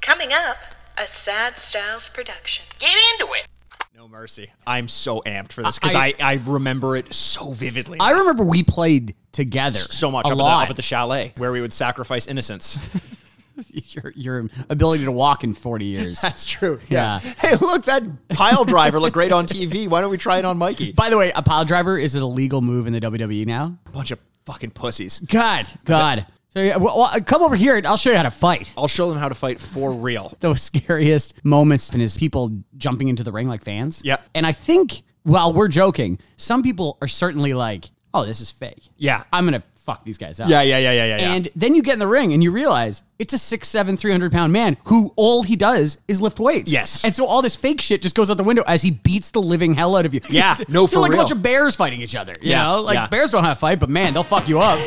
Coming up, a Sad Styles production. Get into it. No mercy. I'm so amped for this because I, I, remember it so vividly. I remember we played together so much a up, lot. At the, up at the chalet where we would sacrifice innocence. your, your ability to walk in 40 years. That's true. Yeah. Hey, look, that pile driver looked great on TV. Why don't we try it on Mikey? By the way, a pile driver is an illegal move in the WWE now. Bunch of fucking pussies. God, God. So yeah, well, well, come over here and I'll show you how to fight. I'll show them how to fight for real. Those scariest moments and is people jumping into the ring like fans. Yeah. And I think while we're joking, some people are certainly like, "Oh, this is fake." Yeah. I'm gonna fuck these guys up. Yeah, yeah, yeah, yeah, yeah. yeah. And then you get in the ring and you realize it's a six, seven, 300 pound man who all he does is lift weights. Yes. And so all this fake shit just goes out the window as he beats the living hell out of you. Yeah, no, They're for like real. a bunch of bears fighting each other. You Yeah, know, like yeah. bears don't have a fight, but man, they'll fuck you up.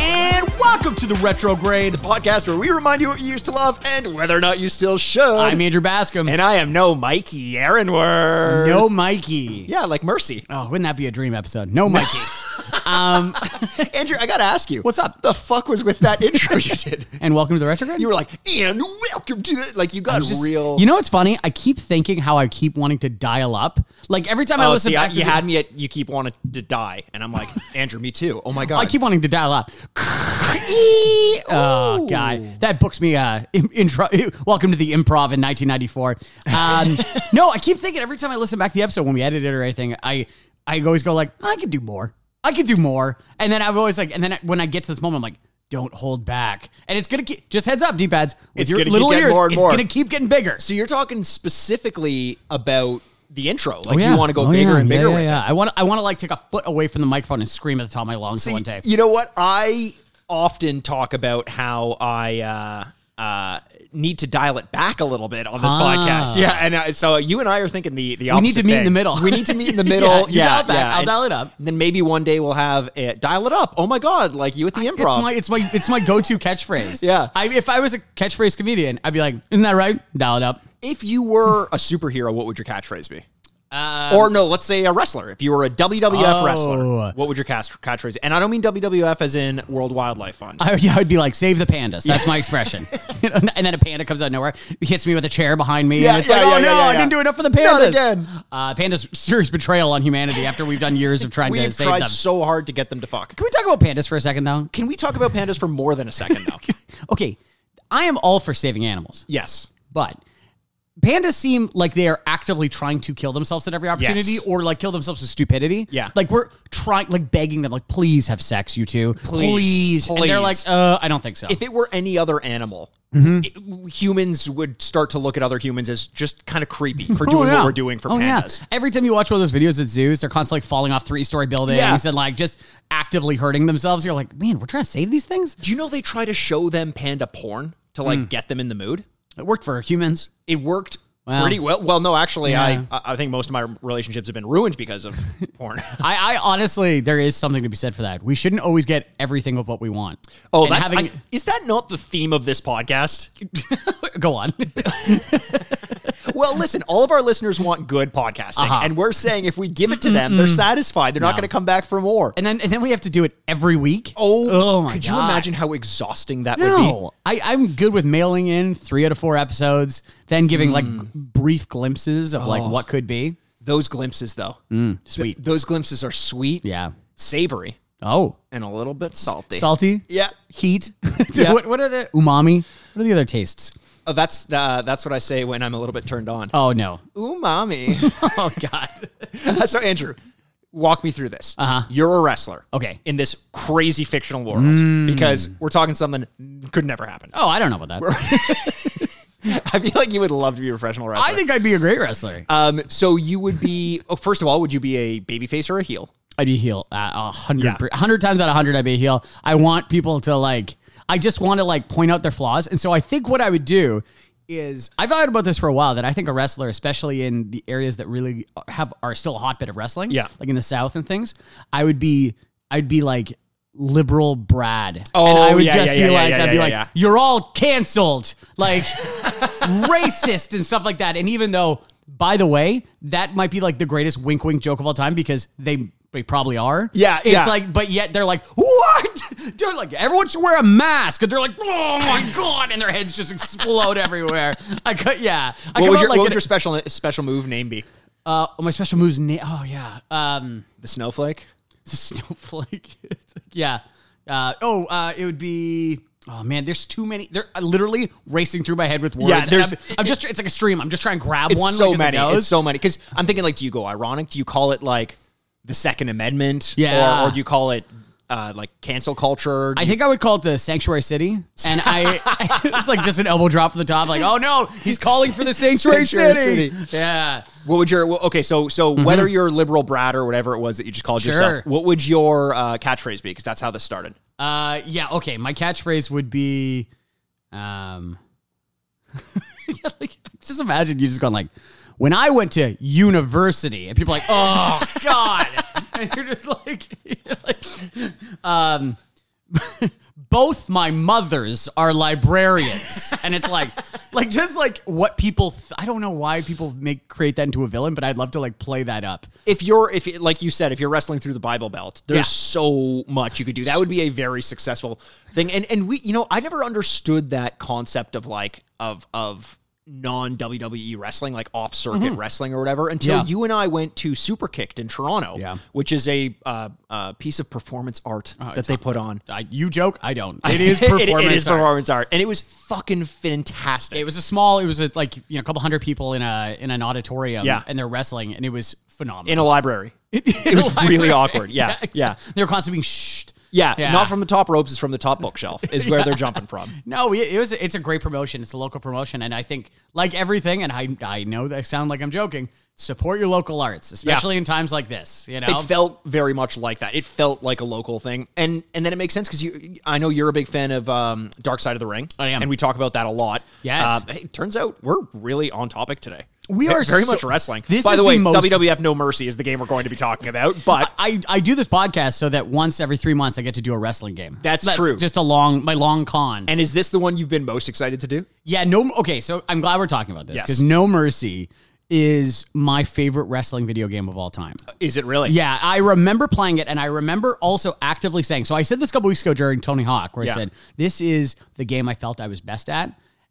and welcome to the retrograde. podcast where we remind you what you used to love and whether or not you still should. I'm Andrew Bascom. and I am no Mikey Aaronworth. no Mikey. Yeah, like Mercy. Oh, wouldn't that be a dream episode? No Mikey. um, Andrew, I gotta ask you. What's up? The fuck was with that intro you did? and welcome to the retrograde. You were like, and welcome to the like you got Just- real You know what's funny? I keep thinking how I keep wanting to dial up. Like every time I Oh, listen see, I, back, to you the- had me at you keep wanting to die, and I'm like, Andrew, me too. Oh my god, I keep wanting to dial up. oh Ooh. god, that books me. Uh, im- intro. Welcome to the improv in 1994. Um, no, I keep thinking every time I listen back to the episode when we edit it or anything, I I always go like, I could do more. I could do more. And then I'm always like, and then I- when I get to this moment, I'm like. Don't hold back, and it's gonna keep. Just heads up, D pads. With It's your gonna keep little getting ears, more and it's more. gonna keep getting bigger. So you're talking specifically about the intro, like Oh, yeah. you want to go Oh, bigger yeah. and Yeah, bigger yeah, with yeah. I want I want to like take a foot away from the microphone and scream at the top of my lungs it. one day. You know what? I often talk about how I uh, uh, need to dial it back a little bit on this Ah. podcast. Yeah, and uh, so you and I are thinking the the We opposite. need to meet in thing. the middle. We need to meet in the Yeah, middle. yeah, you dial it back. yeah. I'll And dial it up. Then maybe one day we'll have it dial it up. Oh my god, like you at the It's improv. my it's my it's my go to catchphrase. Yeah. I, if I was a catchphrase comedian, I'd be like, "Isn't that right? Dial it up." if you were a superhero, what would your catchphrase be? or no, let's say a wrestler. If you were a WWF Uh, Oh. wrestler, what would your cast- catchphrase? And I don't mean WWF as in World Wildlife Fund. I, yeah, I'd be like, "Save the pandas." That's my expression. You know, and then a panda comes out of nowhere, hits me with a chair behind me, Yeah, and it's yeah, like, yeah, "Oh yeah, no, yeah, I yeah. didn't do enough for the Not pandas." again. Uh, pandas serious betrayal on humanity after we've done years of trying to We've save tried them. so hard to get them to fuck. Can we talk about pandas for a second, though? Can we talk about pandas for more than a second, though? Okay, I am all for saving animals. yes. But pandas seem like they are actively trying to kill themselves at every opportunity Yes. or like kill themselves with stupidity. Yeah. Like we're trying, like begging them, like, please have sex, you two. Please, Please. And they're like, please. uh, I don't think so. If it were any other animal, Mm-hmm. it- humans would start to look at other humans as just kind of creepy for Oh, doing yeah. what we're doing for Oh, yeah. pandas. Every time you watch one of those videos at zoos, they're constantly like, falling off three story buildings Yeah. and like just actively hurting themselves. You're like, man, we're trying to save these things? Do you know they try to show them panda porn to like Mm. get them in the mood? It worked for humans. it worked Wow. pretty well. Well, no, actually, Yeah. I I think most of my relationships have been ruined because of porn. I, I honestly, there is something to be said for that. We shouldn't always get everything of what we want. Oh, And that's having- I- is that not the theme of this podcast? go on. well, listen, all of our listeners want good podcasting, Uh-huh. and we're saying if we give it to them, they're satisfied. They're not going to come back for more. and then and then we have to do it every week. oh, my could you God. imagine how exhausting that would No, I, I'm good with mailing in three out of four episodes, then giving Hmm. like brief glimpses of like Oh. what could be. be? Those glimpses, though, Mm, Sweet. those glimpses are sweet, Yeah. savory, Oh, and a little bit salty. salty. yeah, Heat. Yeah. what, what are the umami? What are the other tastes? oh, that's uh, that's what I say when I'm a little bit turned on. Oh no. Ooh, mommy. Oh god. so Andrew, walk me through this. Uh-huh. You're a wrestler, Okay. Mm. in this crazy fictional world because we're talking something could never happen. Oh, I don't know about that. I feel like you would love to be a professional wrestler. I think I'd be a great wrestler. Um, so you would be oh, first of all, would you be a babyface or a heel? I'd be heel. Uh, A Yeah. hundred, per- a hundred times out of hundred, I'd be a heel. I want people to like. I just want to like point out their flaws, and so I think what I would do is I've thought about this for a while. That I think a wrestler, especially in the areas that really have are still a hotbed of wrestling, Yeah. like in the South and things, I would be, I'd be like liberal Brad, and Oh, I would yeah, just yeah, be yeah, like, yeah, I'd yeah, be yeah, like, yeah. you're all canceled, like racist and stuff like that. And even though, by the way, that might be like the greatest wink wink joke of all time because they They probably are. Yeah, It's yeah. like, but yet they're like, what? They're like, everyone should wear a mask. And they're like, oh my God. And their heads just explode everywhere. I could, yeah. I What come would out your, like what would an- your special special move name be? uh, my special moves. Na- oh, yeah. Um, The snowflake. it's a snowflake. It's like, yeah. Uh, oh, uh, it would be. Oh man, there's too many. They're uh, literally racing through my head with words. Yeah, and there's- I'm, I'm just. It's like a stream. I'm just trying to grab It's one. so like, as it many. goes. It's so many. Because I'm thinking, like, do you go ironic? Do you call it like the Second Amendment? Yeah. Or, or do you call it uh, like cancel culture? Do I you- think I would call it the Sanctuary City, and I it's like just an elbow drop from the top, like, oh no, he's calling for the Sanctuary, Sanctuary City. City. Yeah, what would your well, okay? So so whether you're a liberal brat or whatever it was that you just called Mm-hmm. Sure. yourself, what would your uh, catchphrase be? Because that's how this started. uh, yeah. Okay, my catchphrase would be, um, yeah, like, just imagine you just gone like, when I went to university, and people are like, oh god, and you're just like, you're like um. both my mothers are librarians and it's like like just like what people th- i don't know why people make create that into a villain but i'd love to like play that up If you're if it, like you said, if you're wrestling through the Bible Belt, there's Yeah. so much you could do. That would be a very successful thing. And and we you know I never understood that concept of like of of non WWE wrestling, like off circuit wrestling or whatever, until Mm-hmm. Yeah. you and I went to Superkicked in Toronto, Yeah. Oh, which is a uh, uh, piece of performance art that they put on. I, you joke i don't it is It- performance it is art. performance art, and it was fucking fantastic. it was a small it was a, like you know a couple hundred people in a in an auditorium Yeah. and they're wrestling and it was phenomenal in a library. It was really awkward. Yeah, yeah, yeah. exactly. they were constantly being shh Yeah. Not from the top ropes, it's from the top bookshelf. Is where they're jumping from. No, it it was. It's a great promotion. It's a local promotion, and I think like everything, and I I know that I sound like I'm joking. Support your local arts, especially in times like this. You know, It felt very much like that. It felt like a local thing, and and then it makes sense because you. I know you're a big fan of um, Dark Side of the Ring. I am. and we talk about that a lot. Yes. Uh, hey, turns out we're really on topic today. We Ve- are very so- much wrestling. This By is the way, the most- WWF No Mercy is the game we're going to be talking about. But I I do this podcast so that once every three months I get to do a wrestling game. That's true. Just a long my long con. and is this the one you've been most excited to do? yeah. No. Okay. So I'm glad we're talking about this Yes. because No Mercy is my favorite wrestling video game of all time. Is it really? Yeah, I remember playing it, and I remember also actively saying. So I said this a couple weeks ago during Tony Hawk, where Yeah. I said this is the game I felt I was best at,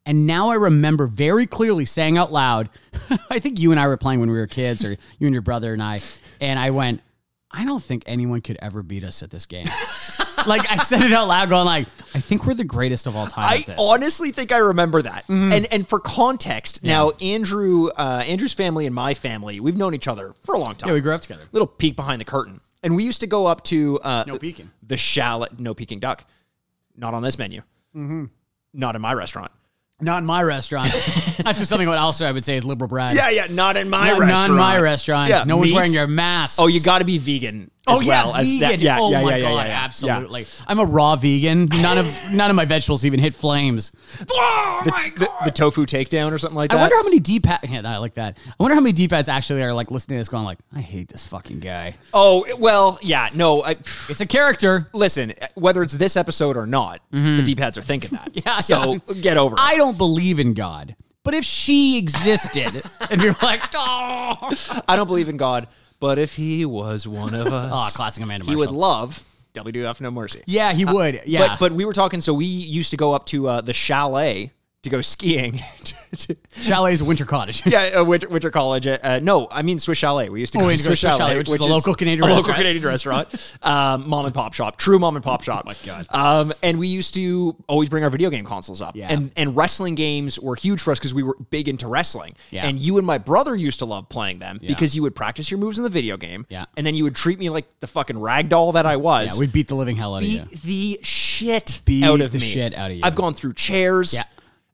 and now I remember very clearly saying out loud. I think you and I were playing when we were kids, or you and your brother and I, and I went. I don't think anyone could ever beat us at this game. like I said it out loud, going like, I think we're the greatest of all time. I at this. Mm-hmm. honestly think I remember that. And and for context, now Andrew, uh, Andrew's family and my family, we've known each other for a long time. yeah, we grew up together. Little peek behind the curtain, and we used to go up to uh, No peeking. the chalet. No peeking duck. Not on this menu. Mm-hmm. Not in my restaurant. Not in my restaurant. That's just something. What else I would say is liberal Brad. Yeah, yeah. Not in my Not, restaurant. not in my restaurant. Yeah, no one's meat. wearing their masks. Oh, you got to be vegan. Oh as yeah, well as vegan. that. Yeah, oh yeah, my yeah, yeah, god, yeah, yeah. absolutely. I'm a raw vegan. None of none of my vegetables even hit flames. Oh my The, god. the tofu takedown or something like that. I wonder how many D pads. Yeah, I like that. I wonder how many D pads actually are like listening to this, going like, "I hate this fucking guy." oh well, yeah. No, I, It's a character. listen, whether it's this episode or not, the D pads are thinking that. Mm-hmm. Yeah, So yeah. get over it. I don't believe in God, but if she existed, and you're like, "Oh, I don't believe in God, but if he was one of us, oh classic Amanda he Marshall." would love WWF No Mercy. yeah, he would. Yeah, But, but we were talking, so we used to go up to uh, the chalet to go skiing. to- to- chalet's a winter cottage. yeah, uh, winter, winter college. uh, Uh, no, I mean Swiss Chalet. We used to go Oh, to and Swiss Swiss Chalet, Chalet, which is a local Canadian a local restaurant. Canadian restaurant, um, mom and pop shop, true mom and pop shop. Oh my god! Um, and we used to always bring our video game consoles up, Yeah. and and wrestling games were huge for us because we were big into wrestling. Yeah. And you and my brother used to love playing them because you would practice your moves in the video game, Yeah. and then you would treat me like the fucking ragdoll that I was. Yeah, we beat the living hell out of you. beat the shit Beat out of the me. shit out of you. I've gone through chairs. Yeah.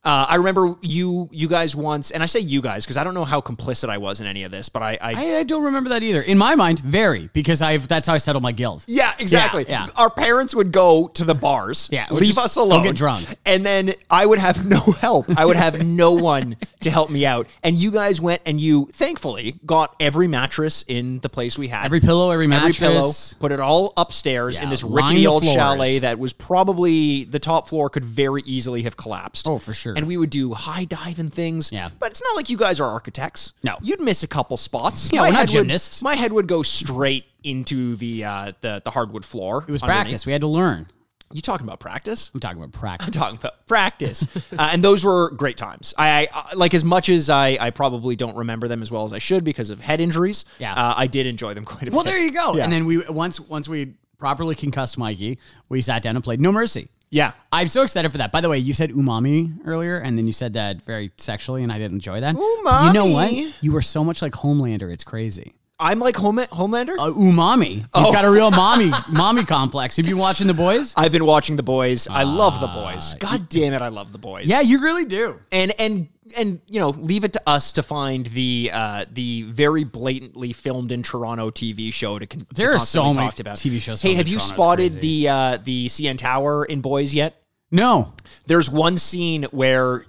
Uh, I remember you you guys once, and I say you guys because I don't know how complicit I was in any of this, but I, I, I, I don't remember that either. In my mind, very because I've that's how I settled my guilt. yeah exactly. yeah. Our parents would go to the bars, Yeah, we'll leave just us go alone, get drunk. and then I would have no help. I would have no one to help me out, and you guys went and you thankfully got every mattress in the place we had, Every pillow, every every mattress. pillow, put it all upstairs in Yeah, this line rickety the old floors. chalet that was probably the top floor could very easily have collapsed. Oh, for sure. And we would do high dive and things. Yeah. But it's not like you guys are architects. No. You'd miss a couple spots. Yeah, we're not head would- gymnasts. my head would go straight into the uh, the the hardwood floor. It was practice. We had to learn. You talking about practice? I'm talking about practice. talking about practice. uh, and those were great times. I, I like as much as I, I probably don't remember them as well as I should because of head injuries. Yeah. uh, I did enjoy them quite a Well, bit. there you go. Yeah. And then we once once we properly concussed Mikey, we sat down and played No Mercy. yeah, I'm so excited for that. By the way, you said umami earlier, and then you said that very sexually, and I didn't enjoy that. But You know what? Umami. You were so much like Homelander. It's crazy. I'm like Home- Homelander. Uh, umami. He's got a real mommy mommy complex. Have you been watching The Boys? I've been watching the boys. I love the boys. God damn it, I love the boys. Uh, Yeah, you really do. and and and you know leave it to us to find the uh the very blatantly filmed in Toronto TV show to con- to There are constantly so many talked about. TV shows Hey, filmed in have you Toronto, it's spotted crazy. the uh the CN Tower in Boys yet? No. There's one scene where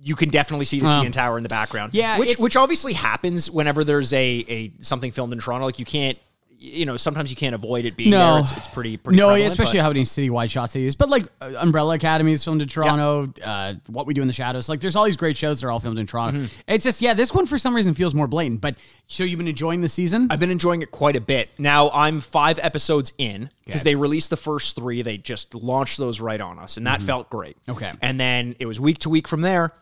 you can definitely see the Wow. CN Tower in the background. Yeah, which it's- which obviously happens whenever there's a a something filmed in Toronto. Like you can't, you know, sometimes you can't avoid it being No. there. It's, it's pretty pretty. no, prevalent, especially but- how many citywide shots they use. But like uh, Umbrella Academy is filmed in Toronto. Uh, what We Do in the Shadows. Like there's all these great shows that are all filmed in Toronto. Mm-hmm. It's just yeah, this one for some reason feels more blatant. But so you've been enjoying the season? I've been enjoying it quite a bit. Now I'm five episodes in because Okay. they released the first three. They just launched those right on us, and that felt great. Mm-hmm. Okay. Ah. and then it was week to week from there,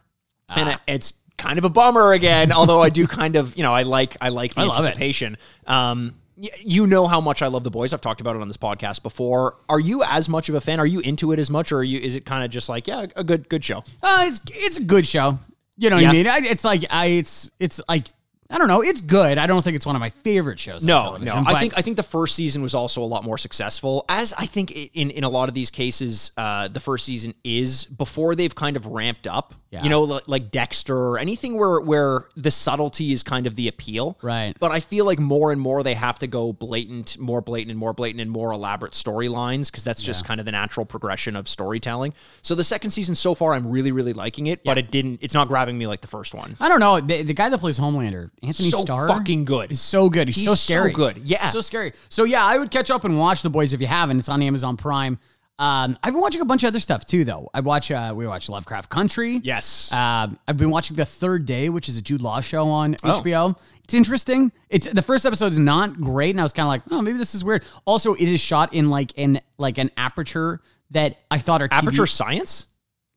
and it- it's kind of a bummer again. although I do kind of, you know, I like I like the I love it. anticipation. Um, y- you know how much I love the boys. I've talked about it on this podcast before. Are you as much of a fan? Are you into it as much, or are you? Is it kind of just like yeah, a good good show? Uh, it's it's a good show. You know what Yeah. I mean? I, it's like I it's it's like I don't know. It's good. I don't think it's one of my favorite shows. on No, no. television, I but- think I think the first season was also a lot more successful. As I think i- in in a lot of these cases, uh, the first season is before they've kind of ramped up. Yeah. You know, like, like Dexter or anything where where the subtlety is kind of the appeal. Right. But I feel like more and more they have to go blatant, more blatant, and more blatant, and more elaborate storylines because that's just kind of the natural progression of storytelling. So the second season so far, I'm really really liking it, but it didn't. It's not grabbing me like the first one. I don't know. The, the guy that plays Homelander, Anthony So Starr, fucking good. He's so good. He's, He's so so scary. good. Yeah. so scary. So yeah, I would catch up and watch The Boys if you haven't. It's on Amazon Prime. Um, I've been watching a bunch of other stuff too, though. I watch. Uh, we watch Lovecraft Country. Yes. Um, I've been watching The Third Day, which is a Jude Law show on Oh. HBO. It's interesting. It's the first episode is not great, and I was kind of like, oh, maybe this is weird. Also, it is shot in like an like an aperture that I thought our TV Aperture Science.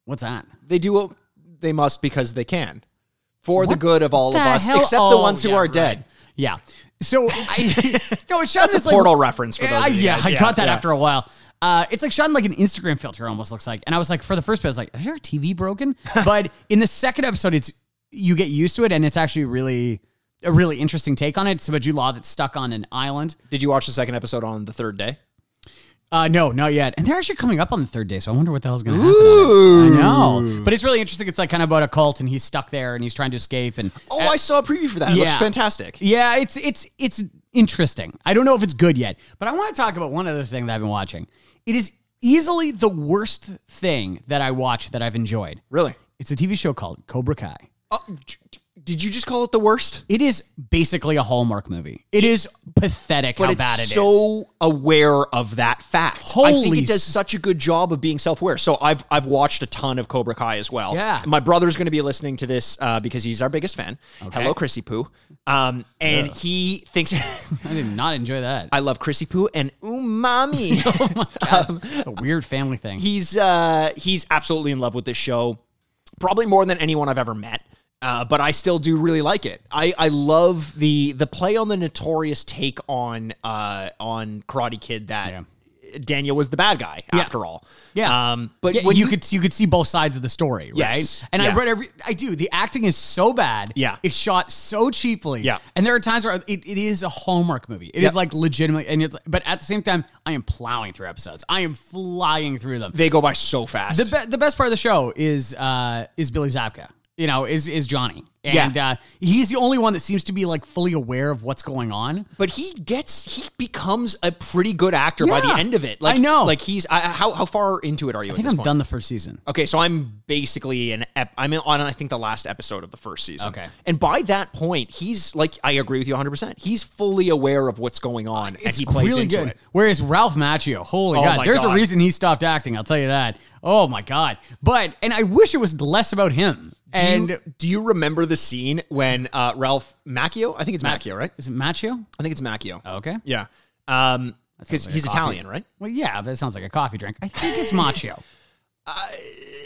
What's that? they do what they must because they can for the good of all of the us hell? except the Oh, ones who yeah, are right. dead Yeah. So I no, it's shot that's a as, like, portal reference for those I- of you yeah, guys. I caught that yeah. after a while. Uh, it's like shot in like an Instagram filter, almost looks like. And I was like, for the first bit, I was like, is your TV broken? but in the second episode, it's you get used to it, and it's actually really a really interesting take on it. It's about Jude Law that's stuck on an island. did you watch the second episode on the third day Uh, no, not yet. And they're actually coming up on the third day, so I wonder what the hell's going to happen. on it. I know, but it's really interesting. It's like kind of about a cult, and he's stuck there, and he's trying to escape, and oh i saw a preview for that it looks yeah. fantastic Yeah, it's it's it's interesting. I don't know if it's good yet, but I want to talk about one other thing that I've been watching. It is easily the worst thing that I watch that I've enjoyed. really It's a TV show called Cobra Kai. oh, d- d- did you just call it the worst It is basically a Hallmark movie. It is pathetic how but bad it it's is. so aware of that fact. I think Holy it does s- such a good job of being self-aware. So I've I've watched a ton of Cobra Kai as well. Yeah. my brother's going to be listening to this uh, because he's our biggest fan. Hello, Chrissy Poo. Um, and he thinks I did not enjoy that. I love Chrissy Poo and umami. a weird family thing. he's uh, he's absolutely in love with this show, probably more than anyone I've ever met. Uh, but I still do really like it. I, I love the the play on the notorious take on uh, on Karate Kid that Daniel was the bad guy after all. Yeah. Um, but Yeah, when you you could you could see both sides of the story, right? Yes. And I Yeah. read every I do. The acting is so bad. Yeah. It's shot so cheaply. Yeah. And there are times where it, it is a Hallmark movie. It is like legitimately and it's but at the same time, I am plowing through episodes. I am flying through them. they go by so fast. The, be- the best part of the show is uh, is Billy Zabka. You know, is is Johnny, Yeah. and uh, he's the only one that seems to be like fully aware of what's going on. but he gets he becomes a pretty good actor by the Yeah. end of it. I Like know. Like he's I, how how far into it are you? I think at this I'm point? done the first season. Okay, so I'm basically an ep- I'm in- on I think the last episode of the first season. Okay. and by that point, he's like I agree with you 100. percent He's fully aware of what's going on, and It's he plays really into good. it. Whereas Ralph Macchio, holy Oh god, my there's a God. reason he stopped acting. I'll tell you that. Oh my god. But and I wish it was less about him. Do you- and do you remember the scene when uh, Ralph Macchio? I think it's Macchio, right? is it Macchio? I think it's Macchio. Okay. Yeah. Um, because Oh. like a he's coffee. Italian, right? Well, yeah, but it sounds like a coffee drink. I think it's Macho.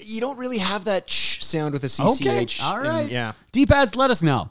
You don't really have that ch sound with a CCH. okay. All in- right. yeah. D pads, let us know.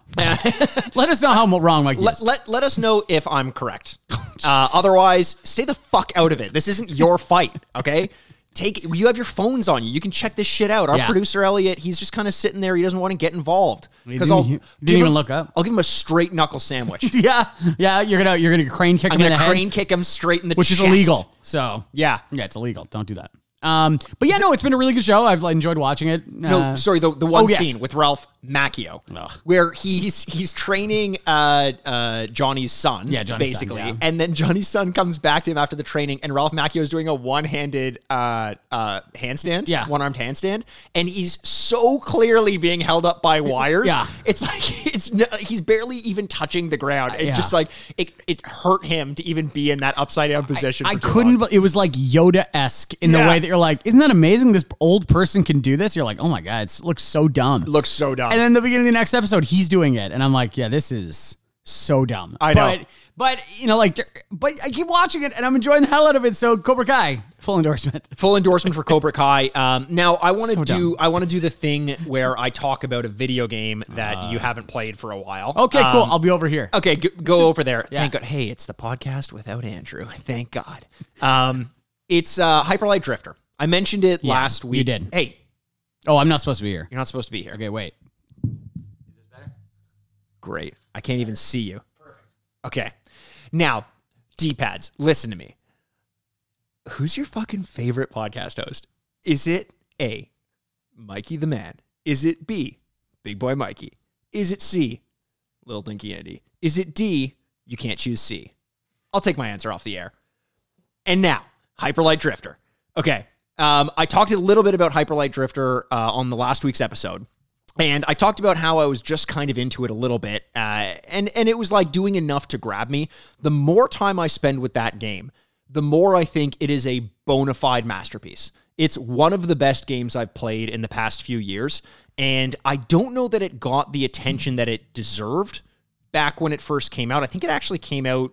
let us know how mo- wrong Mike Let, is. let, let us know if I'm correct. Uh, otherwise, stay the fuck out of it. This isn't your fight, okay? Take you have your phones on you. You can check this shit out. Our Yeah. producer Elliot, he's just kind of sitting there. He doesn't want to get involved because didn't- I'll he didn't give even him- look up. I'll give him a straight knuckle sandwich. Yeah. Yeah. You're going to you're gonna crane kick I'm him in gonna the head, crane kick him straight in the which is chest. illegal. So, Yeah. Yeah, it's illegal. Don't do that. Um, but yeah, no, it's been a really good show. I've like, enjoyed watching it. No, Uh, sorry, the the one oh, yes. scene with Ralph Macchio, Ugh. where he's he's training uh, uh, Johnny's son, Yeah, Johnny's son, basically, yeah. and then Johnny's son comes back to him after the training, and Ralph Macchio is doing a one handed uh, uh, handstand, Yeah. one armed handstand, and he's so clearly being held up by wires, Yeah. it's like it's n- he's barely even touching the ground. It's Yeah. just like it it hurt him to even be in that upside down position. I for too couldn't. long. But it was like Yoda esque in the Yeah. way that you're like, isn't that amazing? This old person can do this. You're like, oh my god, it looks so dumb. Looks so dumb. and then the beginning of the next episode, he's doing it, and I'm like, yeah, this is so dumb. I know. but, but you know, like, but I keep watching it, and I'm enjoying the hell out of it. So Cobra Kai, full endorsement. full endorsement for Cobra Kai. Um, now I want to So dumb. do I want to do the thing where I talk about a video game that you haven't played for a while. Uh. Okay, Um, cool. I'll be over here. Okay, go, go over there. Thank God. Hey, it's the podcast without Andrew. Thank God. Um, it's uh, Hyperlight Drifter. I mentioned it last you week. did. Hey, Oh, I'm not supposed to be here. you're not supposed to be here. Okay, wait. Great. I can't even see you. Okay. Now, D pads, listen to me. Who's your fucking favorite podcast host? Is it A, Mikey the Man? Is it B, Big Boy Mikey? Is it C, Little Dinky Andy? Is it D, you can't choose C? I'll take my answer off the air. And now, Hyperlight Drifter. Okay. Um, I talked a little bit about Hyperlight Drifter uh, on the last week's episode. And I talked about how I was just kind of into it a little bit, uh, and and it was like doing enough to grab me. The more time I spend with that game, the more I think it is a bona fide masterpiece. It's one of the best games I've played in the past few years, and I don't know that it got the attention that it deserved back when it first came out. I think it actually came out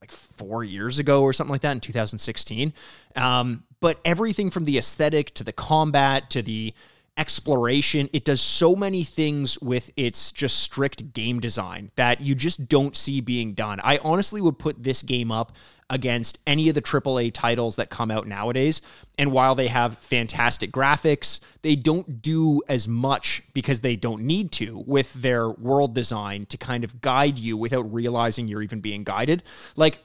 like four years ago or something like that in 2016. Um, but everything from the aesthetic to the combat to the exploration, it does so many things with its just strict game design that you just don't see being done. I honestly would put this game up against any of the AAA titles that come out nowadays. And while they have fantastic graphics, they don't do as much because they don't need to with their world design to kind of guide you without realizing you're even being guided. Like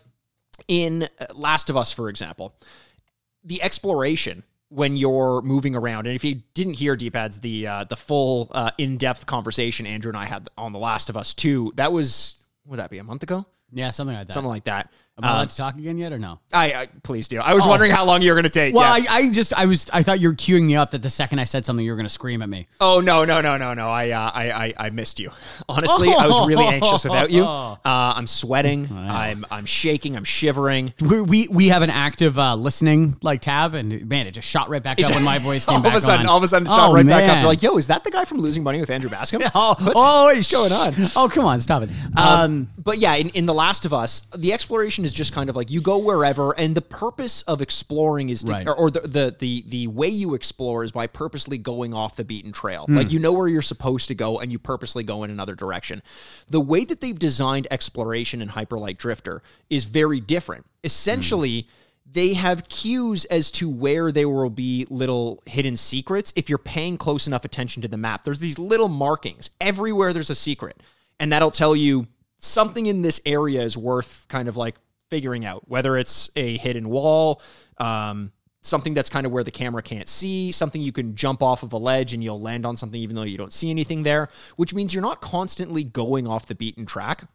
in uh, Last of Us, for example, the exploration when you're moving around and if you didn't hear d-pads the uh, the full uh, in-depth conversation andrew and i had on the last of us 2 that was what would that be a month ago Yeah, something like that. something like that Am I Uh, allowed to talk again yet or no? I, I please do. I was wondering how long you were going to take. Well, yeah. I, I just I was I thought you were queuing me up that the second I said something you were gonna scream at me. oh no, no, no, no, no. I, uh, I, I, I missed you. Honestly, I was really anxious without you. Uh, I'm sweating. I'm, I'm shaking. I'm shivering. We we, we have an active uh, listening like tab, and man, it just shot right back up when my voice came all back of a sudden, on. all of a sudden, it shot Oh, right back up. man. You're like, yo, is that the guy from Losing Money with Andrew Bascom? oh, What's- oh, what's going on? Oh, come on, stop it. Um, but yeah, in, in The Last of Us, the exploration is just kind of like you go wherever, and the purpose of exploring is to, Right. or, or the, the the the way you explore is by purposely going off the beaten trail. Like you know where you're supposed to go, and you purposely go in another direction. The way that they've designed exploration in Hyperlight Drifter is very different. Essentially. They have cues as to where there will be little hidden secrets if you're paying close enough attention to the map. There's these little markings everywhere there's a secret, and that'll tell you something in this area is worth kind of like figuring out whether it's a hidden wall um, something that's kind of where the camera can't see something you can jump off of a ledge and you'll land on something even though you don't see anything there which means you're not constantly going off the beaten track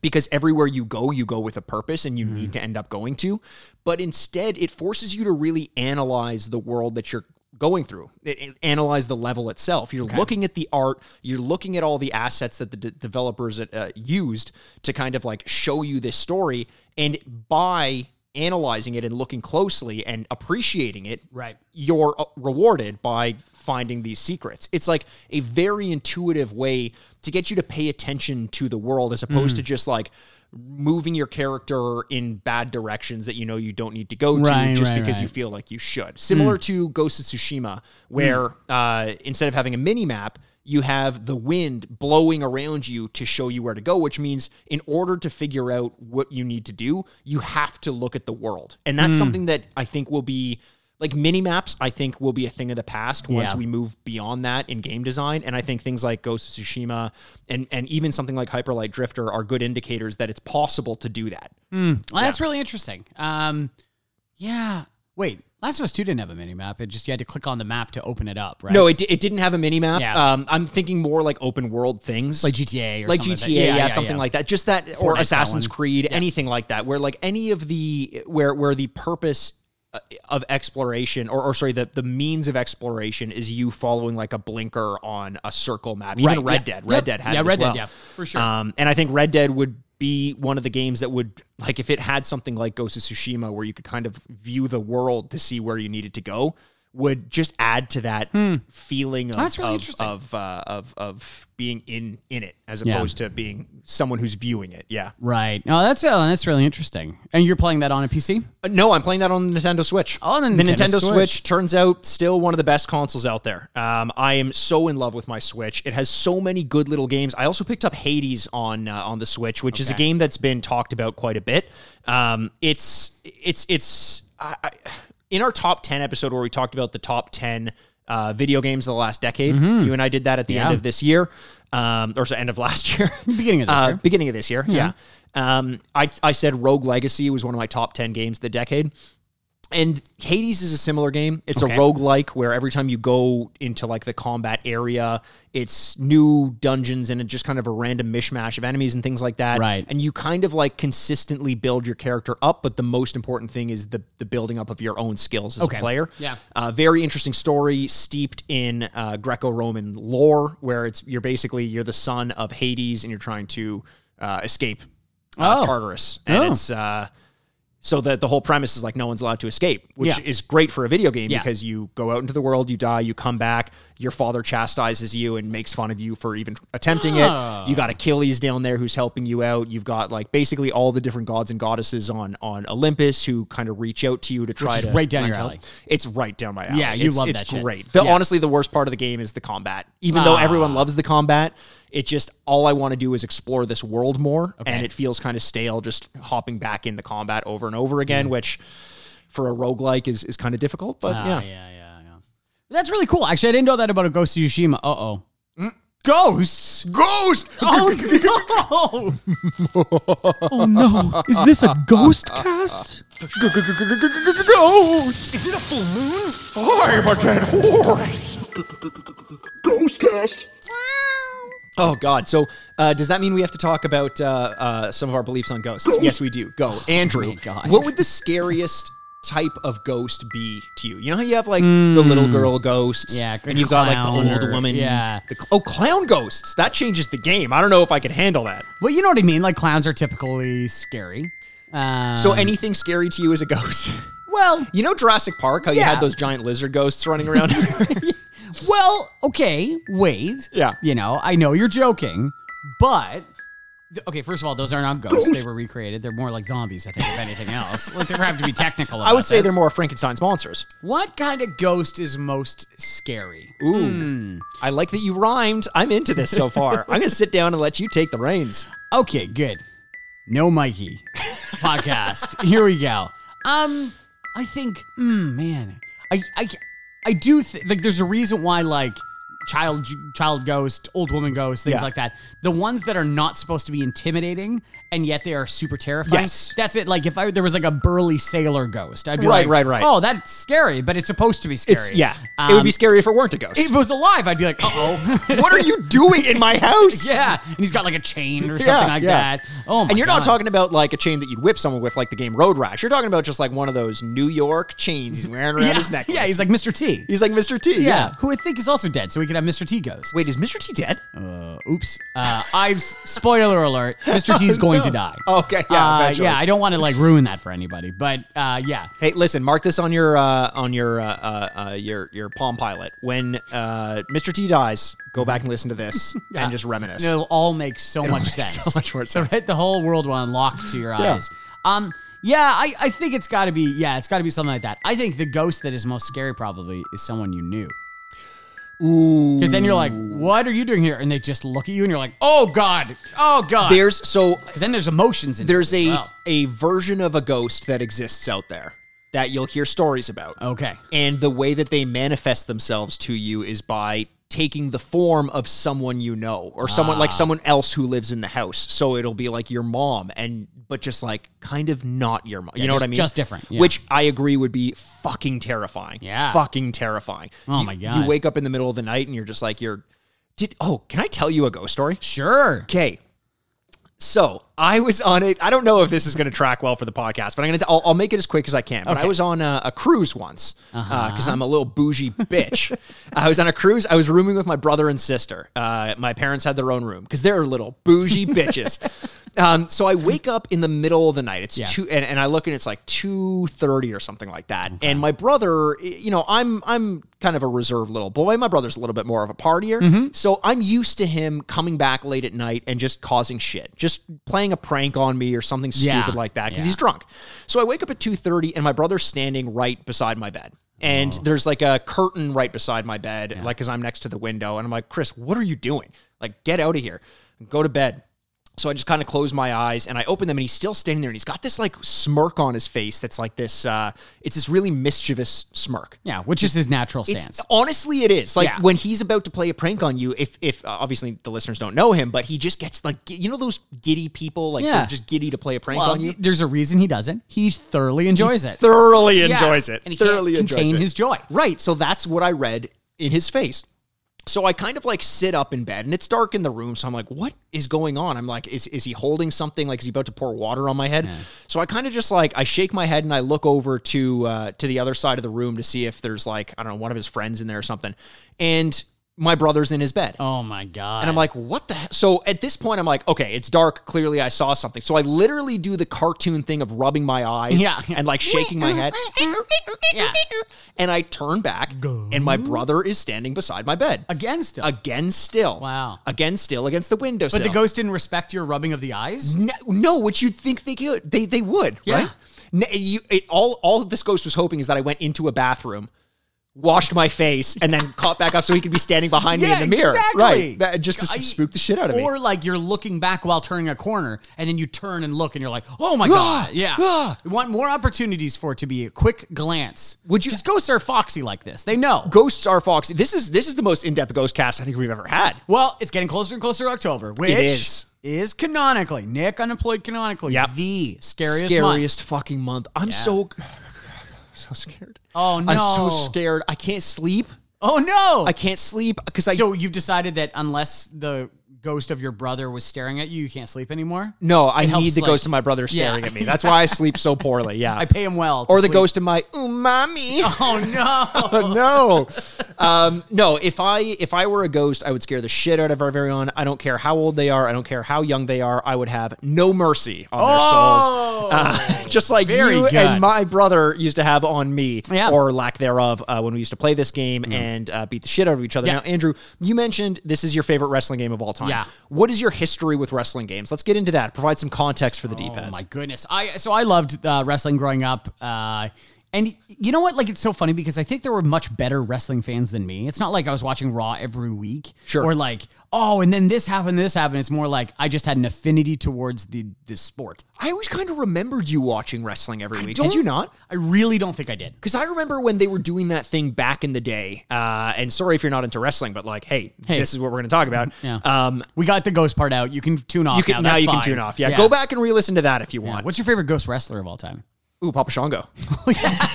because everywhere you go you go with a purpose and you need to end up going to but instead it forces you to really analyze the world that you're going through It- it- analyze the level itself you're looking at the art you're looking at all the assets that the de- developers uh, used to kind of like show you this story and by analyzing it and looking closely and appreciating it Right. you're uh, rewarded by finding these secrets. It's like Mm. a very intuitive way to get you to pay attention to the world as opposed to just like moving your character in bad directions that you know you don't need to go to Right, just right, because right. you feel like you should. Similar to Ghost of Tsushima, where uh, instead of having a mini map, you have the wind blowing around you to show you where to go, which means in order to figure out what you need to do, you have to look at the world. And that's something that I think will be like mini maps, I think will be a thing of the past once Yeah. we move beyond that in game design. And I think things like Ghost of Tsushima and, and even something like Hyperlight Drifter are good indicators that it's possible to do that. Well, that's really interesting. Um, yeah. Wait, Last of Us Two didn't have a mini map. It just you had to click on the map to open it up, right? No, it, di- it didn't have a mini map. Yeah. Um, I'm thinking more like open world things, like GTA or like something like that. GTA, Yeah, yeah, yeah, something yeah. like that. Just that, or got Assassin's one. Creed, anything like that, where like any of the where where the purpose uh, of exploration, or, or sorry, the the means of exploration is you following like a blinker on a circle map. Even Right, Red yeah. Dead, Red Yep. Dead had Yeah, it as Red Dead, well. yeah, for sure. Um, and I think Red Dead would be one of the games that would like if it had something like Ghost of Tsushima, where you could kind of view the world to see where you needed to go. Would just add to that feeling of Hmm. That's really of- interesting. of uh, of of being in in it as Yeah. opposed to being someone who's viewing it. Yeah. Right. No, that's uh, that's really interesting. And you're playing that on a PC? Uh, No, I'm playing that on the Nintendo Switch. Oh, on the the Nintendo Nintendo Switch. Switch. turns out still one of the best consoles out there. Um, I am so in love with my Switch. It has so many good little games. I also picked up Hades on uh, on the Switch, which is a game that's been talked about quite a bit. Um, it's it's it's I, I, in our top ten episode where we talked about the top ten. Uh, video games of the last decade. You and I did that at the end Mm-hmm. Yeah. of this year, um, or so end of last year. Beginning of this Uh, year. beginning of this year. Yeah. Um, I, I said Rogue Legacy was one of my top 10 games of the decade. And Hades is a similar game. It's a roguelike where every time you go into like the combat area, it's new dungeons and it just kind of a random mishmash of enemies and things like that. Right. And you kind of like consistently build your character up, but the most important thing is the the building up of your own skills as Okay. a player. Yeah. Uh, very interesting story, steeped in uh, Greco-Roman lore, where it's you're basically you're the son of Hades and you're trying to uh, escape uh, Oh. Tartarus, and Oh. it's uh, so that the whole premise is like no one's allowed to escape, which Yeah. is great for a video game Yeah. because you go out into the world, you die, you come back, your father chastises you and makes fun of you for even attempting Ah. it. You got Achilles down there who's helping you out. You've got like basically all the different gods and goddesses on on Olympus who kind of reach out to you to try is to right down your find help. alley. It's right down my alley. Yeah, you It's- love it's that shit. great. The- Yeah. Honestly, the worst part of the game is the combat. Even though Ah. everyone loves the combat, it just all I want to do is explore this world more, Okay. and it feels kind of stale just hopping back in the combat over and over again, which for a roguelike is is kind of difficult. But Mm. Ah, yeah. yeah, yeah, yeah. That's really cool. Actually, I didn't know that about a Ghost of Tsushima. Uh oh. Mm. Ghosts. Ghost. Oh no! oh no! Is this a ghost cast? Ghost. Oh, Is it a balloon? I'm a dead horse. Ghostcast. Oh God! So uh, does that mean we have to talk about uh, uh, some of our beliefs on ghosts? Yes, we do. Go, Andrew. Oh, God. What would the scariest type of ghost be to you? You know how you have like the little girl ghosts, Hmm. Yeah, like a and you've got like clown the old or- woman. yeah. The cl- oh, clown ghosts. That changes the game. I don't know if I can handle that. Well, you know what I mean. Like clowns are typically scary. Um, So anything scary to you is a ghost. well, you know Jurassic Park? How you Yeah. had those giant lizard ghosts running around? well, okay, wait. Yeah. You know, I know you're joking, but th- okay. First of all, those are not ghosts. They were recreated. They're more like zombies, I think, if anything else. Let's have to be technical. About I would say this. they're more Frankenstein's monsters. What kind of ghost is most scary? Hmm. Ooh. I like that you rhymed. I'm into this so far. I'm going to sit down and let you take the reins. Okay, good. No Mikey podcast. Here we go. Um, I think, mm, man, I, I, I do think like there's a reason why like child child ghost, old woman ghost, things Yeah. like that. The ones that are not supposed to be intimidating and yet they are super terrifying. Yes. that's it. Like if I there was like a burly sailor ghost, I'd be Right, like, right, right. Oh, that's scary, but it's supposed to be scary. It's yeah. it Um, would be scary if it weren't a ghost. if it was alive, I'd be like, uh oh. what are you doing in my house? Yeah, and he's got like a chain or Yeah, something like yeah. that. Oh, my And you're God. not talking about like a chain that you'd whip someone with, like the game Road Rash. You're talking about just like one of those New York chains he's wearing around yeah. his neck. Yeah, he's like Mr. T. he's like Mr. T. yeah. Yeah. who I think is also dead, so we could have have Mr. T ghosts. Wait, is Mr. T dead? Uh, oops. Uh, I've spoiler alert. Mr. T is going to die. Oh, Okay, yeah, Uh, eventually. yeah. I don't want to like ruin that for anybody, but uh, yeah. Hey, listen, mark this on your uh, on your uh, uh, uh, your your Palm Pilot. When uh, Mr. T dies, go back and listen to this Yeah. and just reminisce. It'll all make so much sense. so much more sense. Right? The whole world will unlock to your eyes. Um, yeah, I, I think it's got to be yeah, it's got to be something like that. I think the ghost that is most scary probably is someone you knew. Ooh. Because then you're like, what are you doing here? And they just look at you and you're like, oh god, oh god. Because There's so then there's emotions in there's it a as well. a version of a ghost that exists out there that you'll hear stories about. okay. And the way that they manifest themselves to you is by taking the form of someone you know or someone Ah. like someone else who lives in the house. So it'll be like your mom and but just like kind of not your mom. you know just- what I mean? just different, yeah. Which I agree would be fucking terrifying. Yeah. Fucking terrifying. Oh You- my God. You wake up in the middle of the night and you're just like you're did oh, can I tell you a ghost story? Sure. Okay. So I was on it. I don't know if this is going to track well for the podcast, but I'm going to. I'll, I'll make it as quick as I can. But I was on a, a cruise once because I'm a little bougie bitch. I was on a cruise. I was rooming with my brother and sister. Uh, my parents had their own room because they're little bougie bitches. Um, so I wake up in the middle of the night. It's Yeah. two, and, and I look and it's like two thirty or something like that. And my brother, y- you know, I'm I'm kind of a reserved little boy. My brother's a little bit more of a partier, Mm-hmm. so I'm used to him coming back late at night and just causing shit, just playing a prank on me or something Yeah. stupid like that because Yeah. he's drunk. So I wake up at two thirty, and my brother's standing right beside my bed. And Oh. there's like a curtain right beside my bed, like because I'm next to the window. And I'm like, Chris, what are you doing? Like, get out of here. Go to bed. So I just kind of close my eyes and I open them and he's still standing there and he's got this like smirk on his face that's like this uh it's this really mischievous smirk. Yeah, which is his natural It's- stance. honestly it is. Like Yeah. when he's about to play a prank on you if if uh, obviously the listeners don't know him but he just gets like gi- you know those giddy people like Yeah. they're just giddy to play a prank Well, on you. there's a reason he doesn't. He thoroughly enjoys it. Thoroughly Yeah. enjoys it. And he thoroughly can't enjoys contain it. his joy. Right. So that's what I read in his face. So I kind of like sit up in bed and it's dark in the room. So I'm like, what is going on? I'm like, is, is he holding something? Like, is he about to pour water on my head? So I kind of just like, I shake my head and I look over to, uh, to the other side of the room to see if there's like, I don't know, one of his friends in there or something. And my brother's in his bed. Oh my god. And I'm like, what the? He-? So at this point, I'm like, okay, it's dark. Clearly, I saw something. So I literally do the cartoon thing of rubbing my eyes Yeah. and like shaking my head. yeah. And I turn back, and my brother is standing beside my bed. Again still. Again, still. Wow. Again, still against the windowsill. But the ghost didn't respect your rubbing of the eyes? No, no, which you'd think they could. They they would, Yeah. right? N- you, it, all all this ghost was hoping is that I went into a bathroom, washed my face, and then caught back up so he could be standing behind Yeah, me in the mirror, exactly. right? That, just to I- spook the shit out of me. Or like you're looking back while turning a corner and then you turn and look and you're like, oh my god. Yeah. ah. We want more opportunities for it to be a quick glance. Would you- Because ghosts are foxy like this. They know. Ghosts are foxy. This is this is the most in depth ghost cast I think we've ever had. well, it's getting closer and closer to October, which is. is canonically, Nick unemployed canonically, Yep. the scariest, month. Scariest fucking month. I'm so so scared. Oh no. I'm so scared. I can't sleep. Oh no. I can't sleep because I so you've decided that unless the ghost of your brother was staring at you, you can't sleep anymore? no. I helps, need the like- ghost of my brother staring at me. That's why I sleep so poorly. Yeah, I pay him well. to or the sleep. ghost of my umami. Oh no. no, um, no. If I if I were a ghost, I would scare the shit out of our very own. I don't care how old they are. I don't care how young they are. I would have no mercy on their souls, uh, just like Oh. Very you good. and my brother used to have on me, Yeah. or lack thereof, uh, when we used to play this game and uh, beat the shit out of each other. Yeah. Now, Andrew, you mentioned this is your favorite wrestling game of all time. Yeah. What is your history with wrestling games? Let's get into that. Provide some context for the D-pads. Oh my goodness! I so I loved uh, wrestling growing up, uh, and you know what? Like it's so funny because I think there were much better wrestling fans than me. It's not like I was watching Raw every week, Sure. Or like, oh, and then this happened, this happened. It's more like I just had an affinity towards the the sport. I always kind of remembered you watching wrestling every week. Did you not? I really don't think I did. Because I remember when they were doing that thing back in the day. Uh, and sorry if you're not into wrestling, but like, hey, this is what we're going to talk about. Yeah. Um, We got the ghost part out. You can tune off. you can, now that's you can fine. tune off. Yeah, go back and re-listen to that if you Yeah. want. What's your favorite ghost wrestler of all time? Ooh, Papa Shango.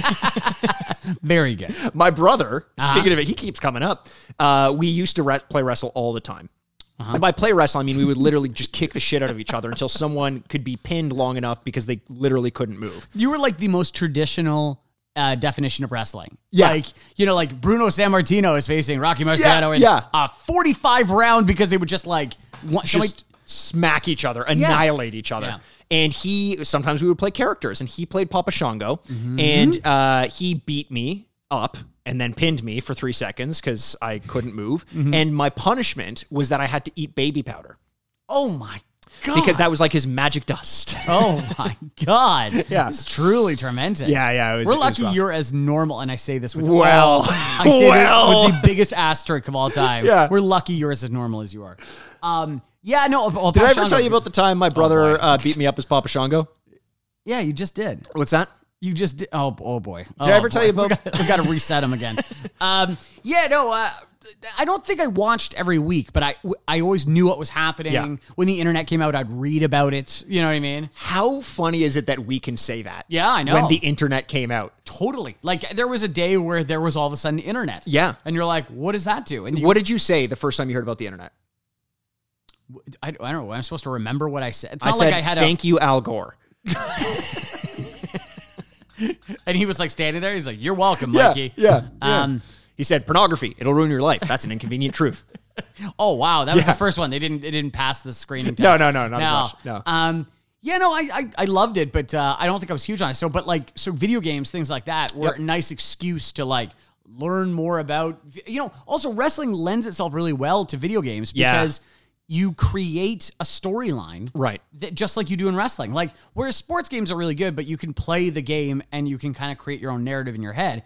Very good. My brother, Uh-huh. speaking of it, he keeps coming up. Uh, we used to re- play wrestle all the time. Uh-huh. And by play wrestle, I mean we would literally just kick the shit out of each other until someone could be pinned long enough because they literally couldn't move. You were like the most traditional uh, definition of wrestling. Yeah. Like, you know, like Bruno San Martino is facing Rocky Marciano in yeah. a 45 round because they would just like, want, just smack each other, annihilate each other. Yeah. And he sometimes we would play characters, and he played Papa Shango, and uh, he beat me up and then pinned me for three seconds because I couldn't move. And my punishment was that I had to eat baby powder oh my God. because that was like his magic dust. oh my God. Yeah. It's truly tormenting. yeah, yeah. It was, We're it was lucky rough. you're as normal, and I say this with Well. I say Well. this with the biggest asterisk of all time. Yeah. We're lucky you're as normal as you are. Um, yeah, no. Well, Did I ever tell you about the time my brother uh, beat me up as Papa Shango? Yeah, you just did. What's that? You just did. Oh, oh boy. Did I ever tell you about- We got, we got to reset him again. um, yeah, no. Uh, I don't think I watched every week, but I I always knew what was happening Yeah. when the internet came out. I'd read about it. You know what I mean? How funny is it that we can say that? Yeah, I know. When the internet came out. Totally. Like there was a day where there was all of a sudden internet. Yeah. and you're like, what does that do? And you, What did you say the first time you heard about the internet? I, I don't know. I'm supposed to remember what I said. It's I not said, like I had thank you, Al Gore. a. And he was like standing there. He's like, "You're welcome, Yeah, Mikey." yeah, yeah. Um. He said, pornography, it'll ruin your life. That's an inconvenient truth. Oh wow, that was Yeah. the first one. They didn't. They didn't pass the screening test. No, no, no, not as much. No. Um. Yeah, no, I, I I loved it, but uh, I don't think I was huge on it. So, but like, so video games, things like that, were Yep. a nice excuse to like learn more about. You know, also wrestling lends itself really well to video games Yeah. because you create a storyline, Right. That just like you do in wrestling. Like, whereas sports games are really good, but you can play the game and you can kind of create your own narrative in your head.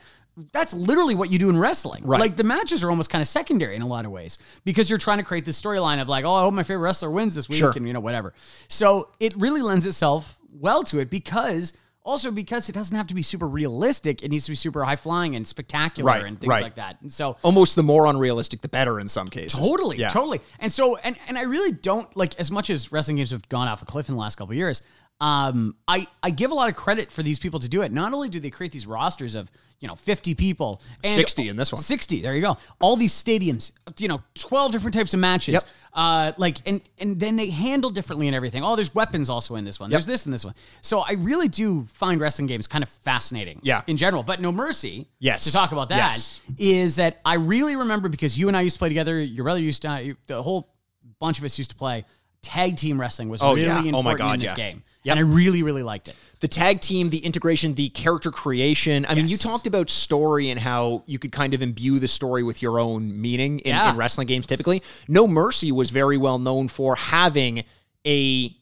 That's literally what you do in wrestling. Right. Like the matches are almost kind of secondary in a lot of ways because you're trying to create this storyline of like, oh, I hope my favorite wrestler wins this week Sure. and you know whatever. So it really lends itself well to it because also because it doesn't have to be super realistic. It needs to be super high flying and spectacular Right, and things right. like that. And so Almost the more unrealistic, the better in some cases. Totally, Yeah. totally. And so, and and I really don't like as much as wrestling games have gone off a cliff in the last couple of years. Um, I I give a lot of credit for these people to do it. Not only do they create these rosters of you know fifty people, and 60 in this one. sixty. There you go. All these stadiums, you know, twelve different types of matches. Yep. Uh, like and and then they handle differently and everything. Oh, there's weapons also in this one. There's this in this one. So I really do find wrestling games kind of fascinating. Yeah. In general, but No Mercy. Yes. To talk about that Yes. is that I really remember because you and I used to play together. Your brother used to, you- the whole bunch of us used to play. Tag team wrestling was Oh, really yeah. important Oh, my in God, this yeah. game, Yep. and I really, really liked it. The tag team, the integration, the character creation. I mean, you Yes. talked about story and how you could kind of imbue the story with your own meaning in, Yeah. in wrestling games typically. No Mercy was very well known for having a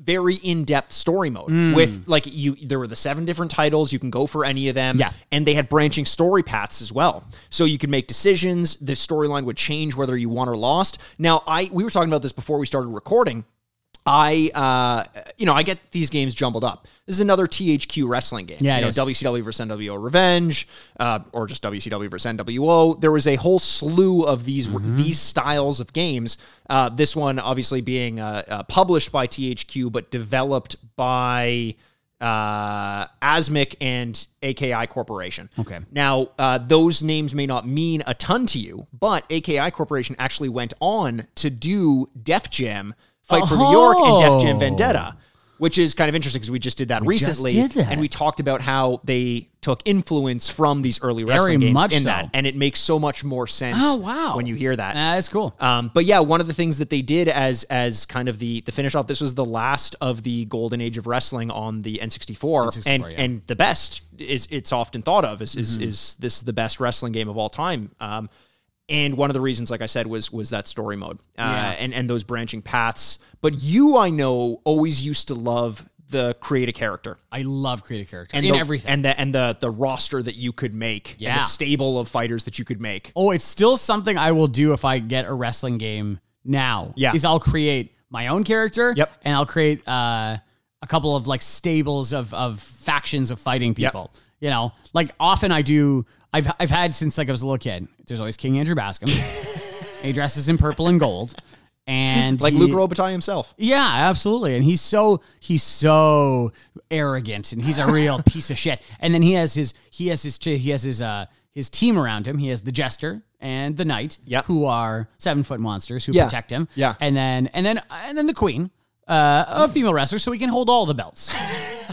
very in-depth story mode Hmm. with like you there were the seven different titles you can go for any of them Yeah. and they had branching story paths as well so you could make decisions the storyline would change whether you won or lost now i we were talking about this before we started recording i uh you know i get these games jumbled up this is another thq wrestling game Yeah, it you know is. wcw versus nwo revenge uh, or just wcw versus nwo there was a whole slew of these Mm-hmm. these styles of games uh this one obviously being uh, uh published by thq but developed by uh, Asmic and AKI Corporation. Okay. Now, uh, those names may not mean a ton to you, but AKI Corporation actually went on to do Def Jam, Fight for New York, and Def Jam Oh. Vendetta, which is kind of interesting because we just did that recently, did that. and we talked about how they took influence from these early wrestling games much in so. that, and it makes so much more sense. Oh, wow. When you hear that, Uh, that's cool. um, but yeah, one of the things that they did as as kind of the the finish off. This was the last of the golden age of wrestling on the N64, and yeah. Mm-hmm. and the best is it's often thought of is is, is this the best wrestling game of all time. Um, and one of the reasons, like I said, was was that story mode uh, and and those branching paths. But you, I know, always used to love the create a character I love creative character and in the, everything. and the and the the roster that you could make, Yeah. and the stable of fighters that you could make. oh, it's still something I will do if I get a wrestling game now. Yeah. is I'll create my own character. Yep. and I'll create uh, a couple of like stables of of factions of fighting people. You know, like often I do. I've I've had since like I was a little kid. There's always King Andrew Bascom. he dresses in purple and gold, and Like he- Luke Robitaille himself. Yeah, absolutely. And he's so he's so arrogant and he's a real piece of shit. And then he has his he has his he has his uh his team around him. He has the jester and the knight Yep. who are seven foot monsters who Yeah. protect him. Yeah. And then and then and then the queen, uh, a female wrestler, so he can hold all the belts.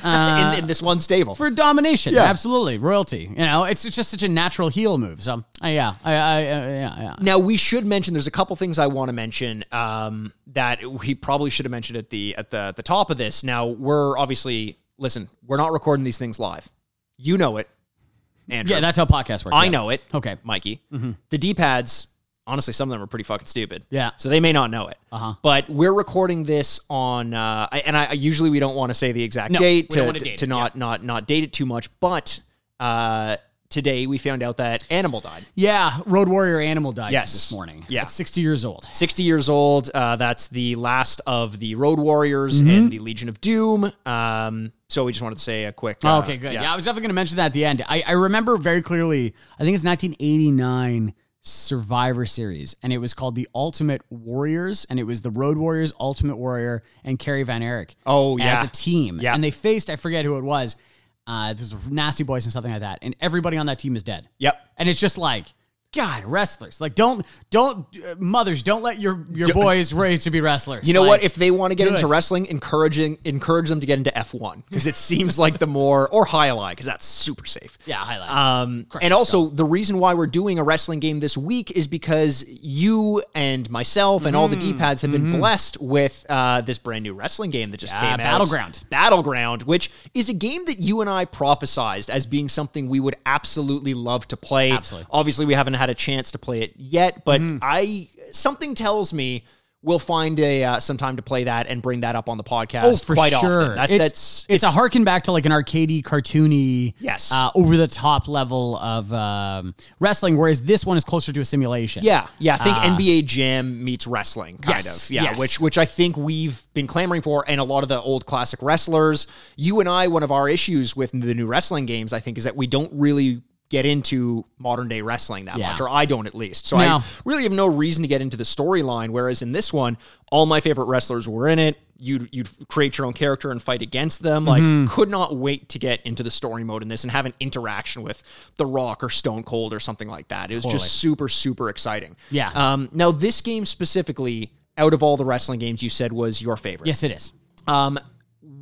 in, in this one stable. for domination. Yeah. Absolutely, royalty. You know, it's, it's just such a natural heel move. So uh, yeah, I, I, uh, yeah, yeah. Now we should mention there's a couple things I want to mention um, that we probably should have mentioned at the at the the top of this. Now we're obviously listen, we're not recording these things live. You know it, Andrew. Yeah, that's how podcasts work. I yeah. Oh. know it. Okay. Mikey. The D pads, honestly, some of them are pretty fucking stupid. Yeah. So they may not know it. Uh-huh. But we're recording this on, uh, I- and I I- usually we don't want to say the exact No, date we don't to, wanna date to it, not not not date it too much. But uh, today we found out that animal died. Yeah, Road Warrior Animal died Yes. this morning. Yeah. at sixty years old. 60 years old. Uh, that's the last of the Road Warriors Mm-hmm. and the Legion of Doom. Um, so we just wanted to say a quick. uh, Oh, okay, good. Yeah. I was definitely going to mention that at the end. I, I remember very clearly, I think it's 1989 Survivor Series, and it was called The Ultimate Warriors, and it was the Road Warriors, Ultimate Warrior, and Kerry Van Erich. Oh, As yeah. a team. Yeah. And they faced, I forget who it was, uh, this was Nasty Boys and something like that, and everybody on that team is dead. Yep. And it's just like, God, wrestlers! Like, don't, don't, uh, mothers, don't let your your boys raise to be wrestlers. You know Like, what? If they want to get good. into wrestling, encouraging encourage them to get into F one because it seems like the more or high ally because that's super safe. yeah, highlight. Um, Crush and the also the reason why we're doing a wrestling game this week is because you and myself and all the Mm-hmm. D pads have been blessed with uh, this brand new wrestling game that just Yeah, came out, Battleground. Battleground, which is a game that you and I prophesized as being something we would absolutely love to play. Absolutely. Mm-hmm. Obviously, we haven't had a chance to play it yet, but I something tells me. We'll find a uh, some time to play that and bring that up on the podcast quite often. That, Oh, it's, that's it's, a harken back to like an arcadey, cartoony, Yes. uh, over the top level of um, wrestling. Whereas this one is closer to a simulation. Yeah, yeah. I think NBA Jam meets wrestling, kind Uh, Yes, of. Yeah, yes. which which I think we've been clamoring for, and a lot of the old classic wrestlers. You and I, one of our issues with the new wrestling games, I think, is that we don't really get into modern day wrestling that Yeah. much, or I don't at least. So No. I really have no reason to get into the storyline. Whereas in this one, all my favorite wrestlers were in it. You'd you'd create your own character and fight against them. Like, Mm-hmm. could not wait to get into the story mode in this and have an interaction with The Rock or Stone Cold or something like that. It was just super super exciting. Yeah. Um, now this game specifically, out of all the wrestling games, you said was your favorite. Yes, it is. Um,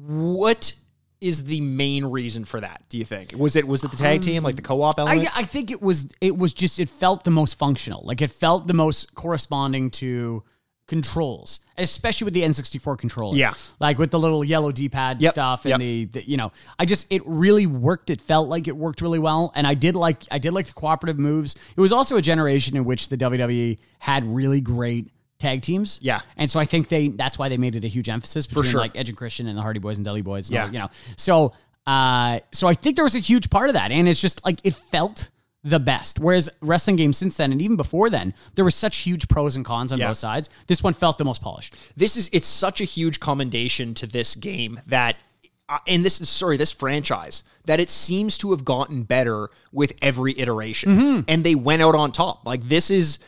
what is the main reason for that? Do you think was it was it the tag team like the co op element? Um, I, I think it was it was just it felt the most functional. Like it felt the most corresponding to controls, especially with the N64 controller. Yeah. Like with the little yellow D-pad Yep, stuff yep. and the, the you know, I just it really worked. It felt like it worked really well and I did like I did like the cooperative moves. It was also a generation in which the WWE had really great tag teams. Yeah. And so I think they that's why they made it a huge emphasis between sure. like Edge and Christian and the Hardy Boys and Dudley Boys and Yeah. all, you know. So uh so I think there was a huge part of that and it's just like it felt the best. Whereas wrestling games since then and even before then, there were such huge pros and cons on Yeah. both sides. This one felt the most polished. this is it's such a huge commendation to this game that uh, and this sorry this franchise that it seems to have gotten better with every iteration Mm-hmm. and they went out on top like this is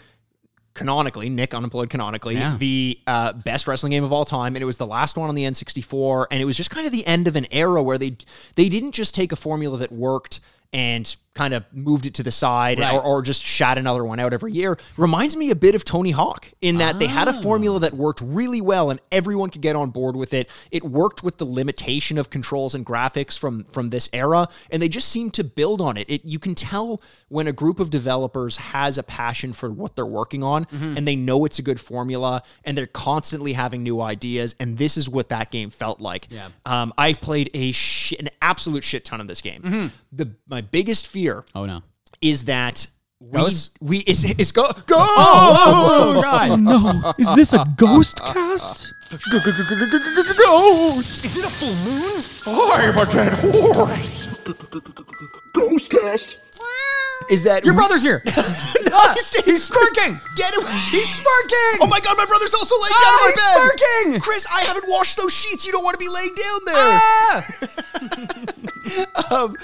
canonically nick unemployed canonically Yeah. the uh, best wrestling game of all time and it was the last one on the n64 and it was just kind of the end of an era where they they didn't just take a formula that worked and kind of moved it to the side Right. or, or just shot another one out every year reminds me a bit of tony hawk in that they had a formula that worked really well and everyone could get on board with it it worked with the limitation of controls and graphics from from this era and they just seemed to build on it, it you can tell when a group of developers has a passion for what they're working on and they know it's a good formula and they're constantly having new ideas and this is what that game felt like yeah. um, i played a shi- an absolute shit ton of this game the my biggest fear Oh no. is that we, Ghosts? we is is go go Oh, God. No, is this a ghost cast? Ghost! is it a full moon? I'm a dead horse! Ghostcast! Is that Your brother's here. no, he's, Ah, He's smirking. Get away! He's smirking. Oh my god, my brother's also laying Ah, down on my bed. he's smirking! Chris, I haven't washed those sheets. You don't want to be laying down there. Ah! Um,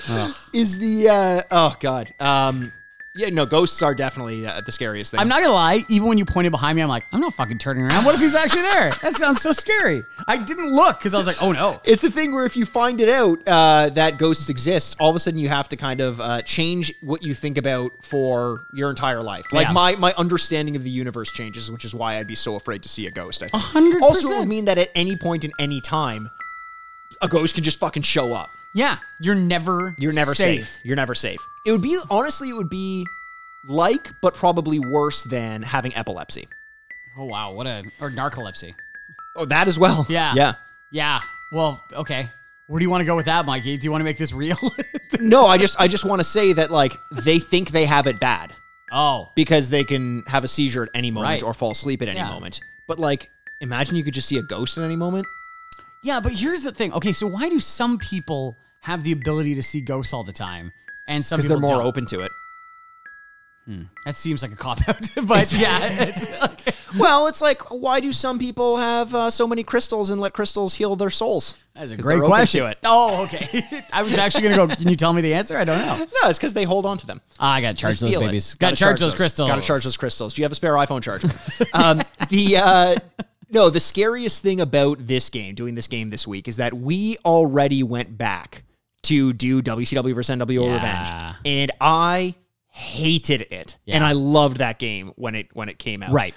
Is the uh, oh god. Um, yeah, no, ghosts are definitely uh, the scariest thing. I'm not gonna lie. Even when you pointed behind me, I'm like, I'm not fucking turning around. What if he's actually there? That sounds so scary. I didn't look because I was like, oh no. It's the thing where if you find it out uh, that ghosts exist, all of a sudden you have to kind of uh, change what you think about for your entire life. Like Yeah. my my understanding of the universe changes, which is why I'd be so afraid to see a ghost. I think. 100%. Also, it would mean that at any point in any time, a ghost can just fucking show up. Yeah, you're never You're never safe. You're never safe. It would be honestly, it would be like, but probably worse than having epilepsy. Oh wow, what a or narcolepsy. Oh, that as well. Yeah. Yeah. Yeah. Well, okay. Where do you want to go with that, Mikey? Do you want to make this real? No, I just I just want to say that like they think they have it bad oh. because they can have a seizure at any moment Right. or fall asleep at any Yeah. moment. But like imagine you could just see a ghost at any moment. Yeah, but here's the thing. Okay, so why do some people have the ability to see ghosts all the time? And some because people they're more don't? open to it. That seems like a cop out, but yeah, it's like, Well, it's like why do some people have uh, so many crystals and let crystals heal their souls? that's a 'Cause great they're open question. to it. Oh, okay. I was actually gonna go. Can you tell me the answer? I don't know. No, it's because they hold on to them. Ah, I gotta charge They those feel it. babies. Gotta, charge, those crystals. Gotta charge those crystals. Do you have a spare iPhone charger? um, the uh, no, the scariest thing about this game, doing this game this week, is that we already went back to do WCW versus NWO Yeah. Revenge, and I hated it, and I loved that game when it when it came out. Right.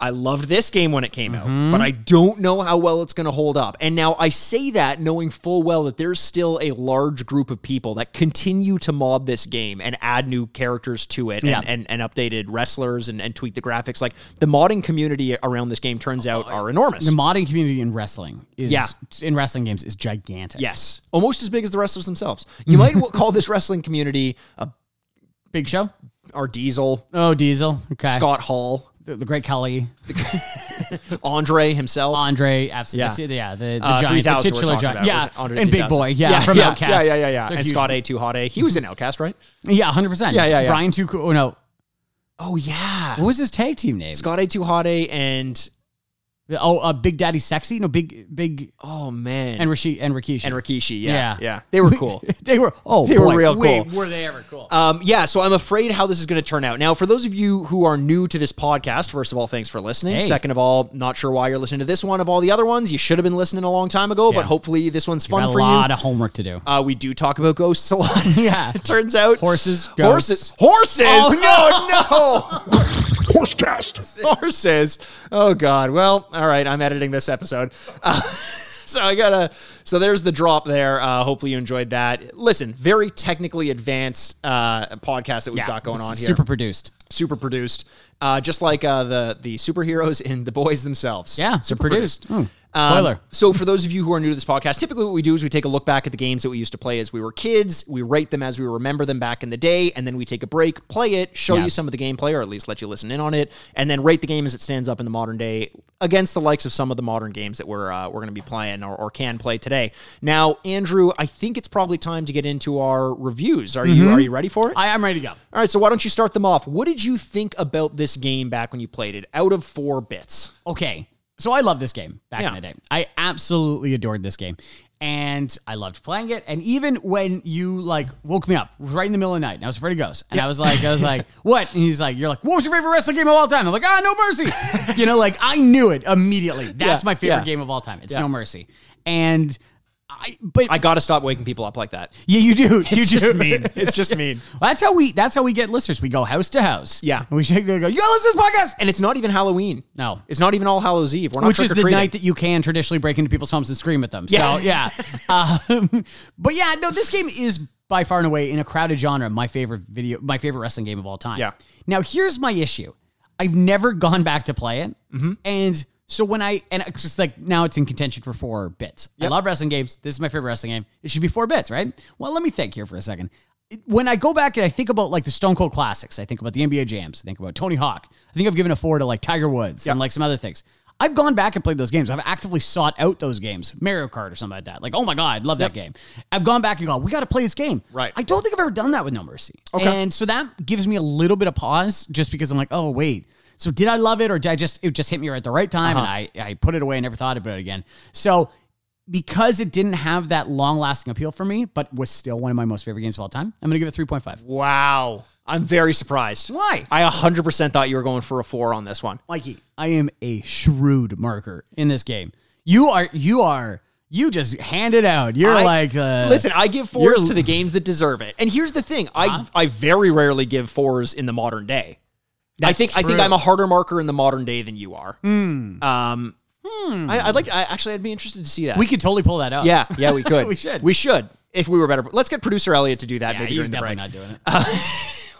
I loved this game when it came out, but I don't know how well it's going to hold up. And now I say that knowing full well that there's still a large group of people that continue to mod this game and add new characters to it Yeah. and, and, and updated wrestlers and, and tweak the graphics. Like the modding community around this game turns out are enormous. The modding community in wrestling is Yeah. in wrestling games is gigantic. Yes, almost as big as the wrestlers themselves. You might w- call this wrestling community a, Big Show. our Diesel, Oh, Diesel. Okay. Scott Hall, The, the Great Cully. Andre himself. Andre. Absolutely. Yeah. The, the giant. 3000 The Uh, we're titular talking giant. about. Yeah. We're- Andre and Big 3000. Boy. Yeah. From yeah, Outcast. Yeah, yeah, yeah. They're And huge. Scott A. Too Hot A. He was in Outcast, right? Yeah. 100%. Yeah, yeah, yeah. Brian Too Cool. Oh, no. Oh yeah. What was his tag team name? Scott A. Too Hot A. And Oh, uh, Big Daddy Sexy. No, Big, Big, oh man, and Rishi, and Rikishi. and Rikishi. Yeah, Yeah. yeah, They were cool. they were, oh, They were boy, real wait, cool. Were they ever cool? Um, yeah, so I'm afraid how this is going to turn out. Now, for those of you who are new to this podcast, first of all, thanks for listening. Hey. Second of all, not sure why you're listening to this one of all the other ones. You should have been listening a long time ago, but Yeah. hopefully this one's Got fun a for lot you. of homework to do. uh, we do talk about ghosts a lot. Yeah. it turns out Horses, horses, horses. Oh, no, no. Horsecast. horses. Oh God. Well, all right. I'm editing this episode. Uh, so I gotta. So there's the drop there. Uh, hopefully you enjoyed that. Listen, very technically advanced uh, podcast that we've got going this on is here. Super Super, produced. produced. Uh, just like uh, the the superheroes in the boys themselves. Yeah, super produced. produced. Hmm. Um, Spoiler. so, for those of you who are new to this podcast, typically what we do is we take a look back at the games that we used to play as we were kids. We rate them as we remember them back in the day, and then we take a break, play it, show Yeah. you some of the gameplay, or at least let you listen in on it, and then rate the game as it stands up in the modern day against the likes of some of the modern games that we're uh, we're going to be playing or, or can play today. Now, Andrew, I think it's probably time to get into our reviews. Are you are you ready for it? Mm-hmm. I am ready to go. All right, so why don't you start them off? What did you think about this game back when you played it? Out of four bits, okay. So I love this game back in Yeah. the day. I absolutely adored this game. And I loved playing it. And even when you like woke me up right in the middle of the night and I was afraid of ghosts. And I was like, I was like, what? And he's like, you're like, what was your favorite wrestling game of all time? I'm like, ah, no mercy. you know, like I knew it immediately. That's Yeah, my favorite yeah. game of all time. It's no mercy. And I, but I got to stop waking people up like that. yeah, you do. you It's just do. mean. It's just mean. Well, that's how we, that's how we get listeners. We go house to house. Yeah. And we shake their go, yo, listen to this podcast. And it's not even Halloween. No. It's not even All Hallows Eve. We're not which is the trick-or-treating. night that you can traditionally break into people's homes and scream at them. So yeah, Yeah. um, but yeah, no, this game is by far and away in a crowded genre my favorite video, my favorite wrestling game of all time. Yeah. Now here's my issue: I've never gone back to play it, and so when I and it's just like now it's in contention for four bits. I love wrestling games. This is my favorite wrestling game. It should be four bits, right? Well, let me think here for a second. It- When I go back and I think about like the Stone Cold classics, I think about the NBA jams, I think about Tony Hawk. I think I've given a four to like Tiger Woods and like some other things. I've gone back and played those games. I've actively sought out those games, Mario Kart or something like that. Like, oh my god, love that game. I've gone back and gone, we got to play this game. Right. I don't think I've ever done that with No Mercy. Okay. And so that gives me a little bit of pause, just because I'm like, oh wait. So did I love it, or did I just it just hit me right at the right time, Uh-huh. and I I put it away and never thought about it again. So because it didn't have that long lasting appeal for me, but was still one of my most favorite games of all time, I'm gonna give it 3.5. Wow. I'm very surprised. Why? I 100% thought you were going for a four on this one. Mikey, I am a shrewd marker in this game. You are, you are, you just hand it out. You're I- like, uh, Listen, I give fours you're- to the games that deserve it. And here's the thing I, I very rarely give fours in the modern day. I That's think I think true. Hmm. I'm a harder marker in the modern day than you are. Um, I, I'd like. I actually, I'd be interested to see that. We could totally pull that up. Yeah, yeah, we could. We should. We should. If we were better, let's get producer Elliot to do that. Yeah, maybe he's during the definitely break. not doing it.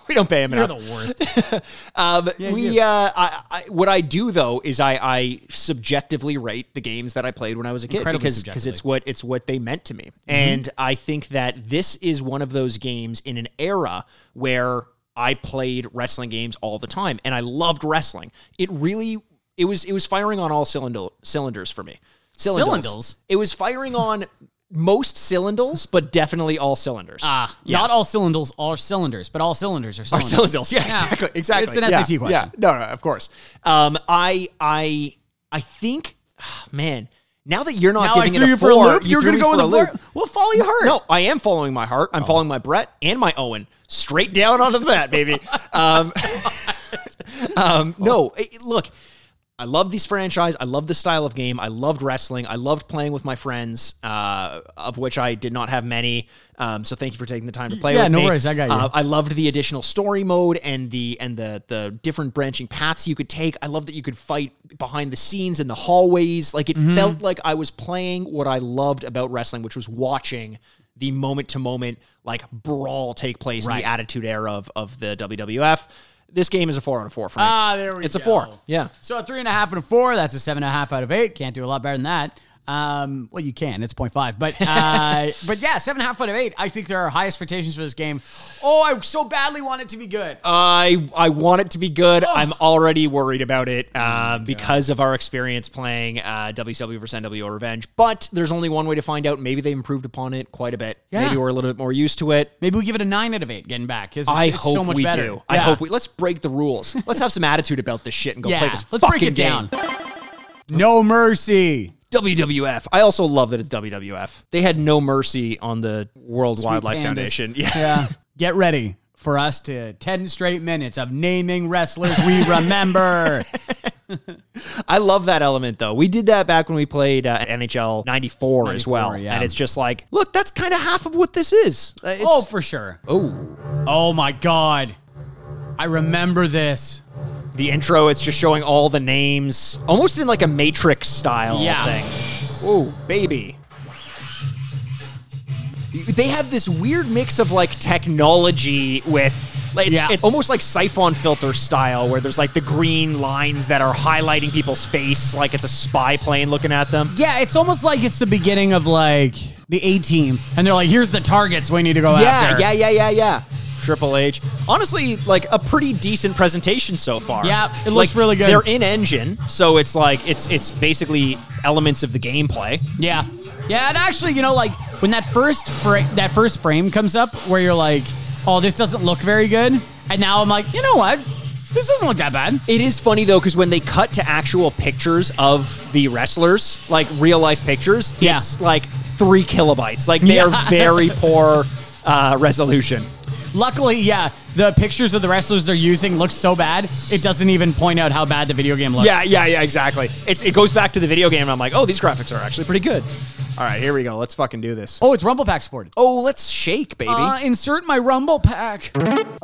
We don't pay him You're enough. the worst. Um, we, uh, I, I, what I do though is I, I subjectively rate the games that I played when I was a kid Incredibly Mm-hmm. because because it's what it's what they meant to me, and I think that this is one of those games in an era where I played wrestling games all the time, and I loved wrestling. It really it was it was firing on all cylinder, cylinders for me. Cylinders? It was firing on most cylinders, but definitely all cylinders. Ah, not all cylinders are cylinders, but all cylinders are cylinders. Cylinders. Yeah, exactly. Exactly. It's an yeah, SAT question. Yeah. No, no, of course. Um, I, I, I think, ah, man. Now that you're not Now I giving threw it you a for four, a loop. You are threw going to me for go with a the Oh. loop. four. We'll follow your heart. No, I am following my heart. I'm following my Brett and my Owen straight down onto the mat, baby. Um, um, no, Oh. it- it- look, I love these franchise. I love this style of game. I loved wrestling. I loved playing with my friends, uh, of which I did not have many. Um, so thank you for taking the time to play. Yeah, with no me. worries. I got you. Uh, I loved the additional story mode and the and the the different branching paths you could take. I love that you could fight behind the scenes in the hallways. Like it Mm-hmm. felt like I was playing what I loved about wrestling, which was watching the moment to moment like brawl take place in the Attitude Era of of the WWF. This game is a four out of four for me. Ah, there we it's go. a four. Yeah. So a three and a half and a four. That's a seven and a half out of eight. Can't do a lot better than that. Um, well, you can. It's 0.5. But, uh, but yeah, seven and a half out of eight. I think there are high expectations for this game. Oh, I so badly want it to be good. Uh, I I want it to be Oh. good. I'm already worried about it um, because of our experience playing uh, WCW versus NWO Revenge. But there's only one way to find out. Maybe they improved upon it quite a bit. Yeah. Maybe we're a little bit more used to it. Maybe we give it a nine out of eight getting back. 'cause It's, I it's hope so much we better. do. I Yeah. hope we. Let's break the rules. Let's have some attitude about this shit and go yeah. play this. Let's fucking break it game. down. No mercy. WWF. I also love that it's WWF. They had no mercy on the World Wildlife pandas. Foundation. Yeah. Yeah. Get ready for us to 10 straight minutes of naming wrestlers we remember. I love that element though. We did that back when we played uh, NHL 94, as 94, well. yeah. And it's just like, look, that's kind of half of what this is. Uh, It's, oh, for sure. oh, Oh my god. I remember this. the intro, it's just showing all the names almost in like a Matrix style Yeah. thing. Oh, baby. They have this weird mix of like technology with. Like it's, Yeah. it's almost like siphon filter style, where there's like the green lines that are highlighting people's face, like it's a spy plane looking at them. Yeah, it's almost like it's the beginning of like the A team and they're like here's the targets we need to go Yeah, after. yeah, yeah, yeah, yeah. Triple H. Honestly, like a pretty decent presentation so far. Yeah, it looks Like, really good. They're in engine, so it's like it's it's basically elements of the gameplay. Yeah. Yeah, and actually, you know, like when that first frame that first frame comes up where you're like, "Oh, this doesn't look very good." And now I'm like, "You know what? This doesn't look that bad." It is funny though, because when they cut to actual pictures of the wrestlers, like real life pictures, Yeah. it's like three kilobytes. Like they Yeah. are very poor uh, resolution. Luckily, yeah, the pictures of the wrestlers they're using look so bad, it doesn't even point out how bad the video game looks. Yeah, yeah, yeah, exactly. It's it goes back to the video game, and I'm like, oh, these graphics are actually pretty good. All right, here we go. Let's fucking do this. Oh, it's Rumble Pack supported. Oh, let's shake, baby. Uh, insert my Rumble pack.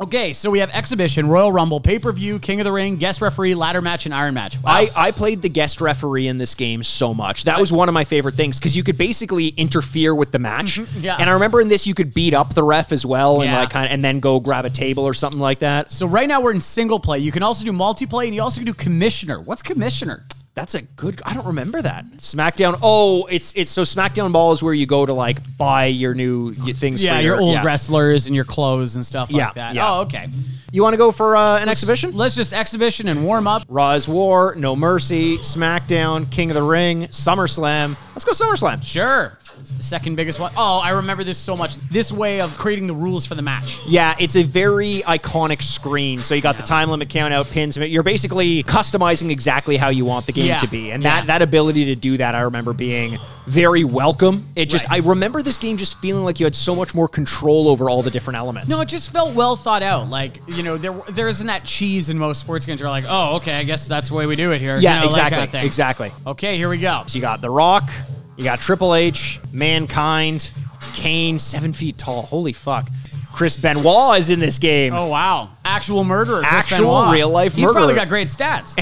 Okay, so we have exhibition, Royal Rumble, pay per view, King of the Ring, guest referee, ladder match, and Iron match. Wow. I, I played the guest referee in this game so much. That was one of my favorite things because you could basically interfere with the match. yeah. And I remember in this you could beat up the ref as well and Yeah. like kind of, and then go grab a table or something like that. so right now we're in single play. You can also do multiplayer, and you also can do commissioner. What's commissioner? That's a good. I don't remember that SmackDown. Oh, it's it's so SmackDown Ball is where you go to like buy your new y- things. Yeah, for your, your old yeah. wrestlers and your clothes and stuff Yeah, like that. yeah. Oh, okay. You want to go for uh, an exhibition? Let's just exhibition and warm up. Raw's War, No Mercy, SmackDown, King of the Ring, SummerSlam. Let's go SummerSlam. Sure. The second biggest one. Oh, I remember this so much. This way of creating the rules for the match. Yeah, it's a very iconic screen. So you got the time limit count out pins. You're basically customizing exactly how you want the game Yeah. to be. And Yeah. that that ability to do that I remember being very welcome. It just Right. I remember this game just feeling like you had so much more control over all the different elements. No, it just felt well thought out. Like you know, there there isn't that cheese in most sports games. You're like, oh, okay, I guess that's the way we do it yeah, here. You know, that exactly. kind of uh, thing. exactly. Okay, here we go. So you got The Rock, you got Triple H, Mankind, Kane, seven feet tall. Holy fuck. Chris Benoit is in this game. Oh wow, actual murderer. Chris Actual Benoit. real-life He's probably murderer. got great stats.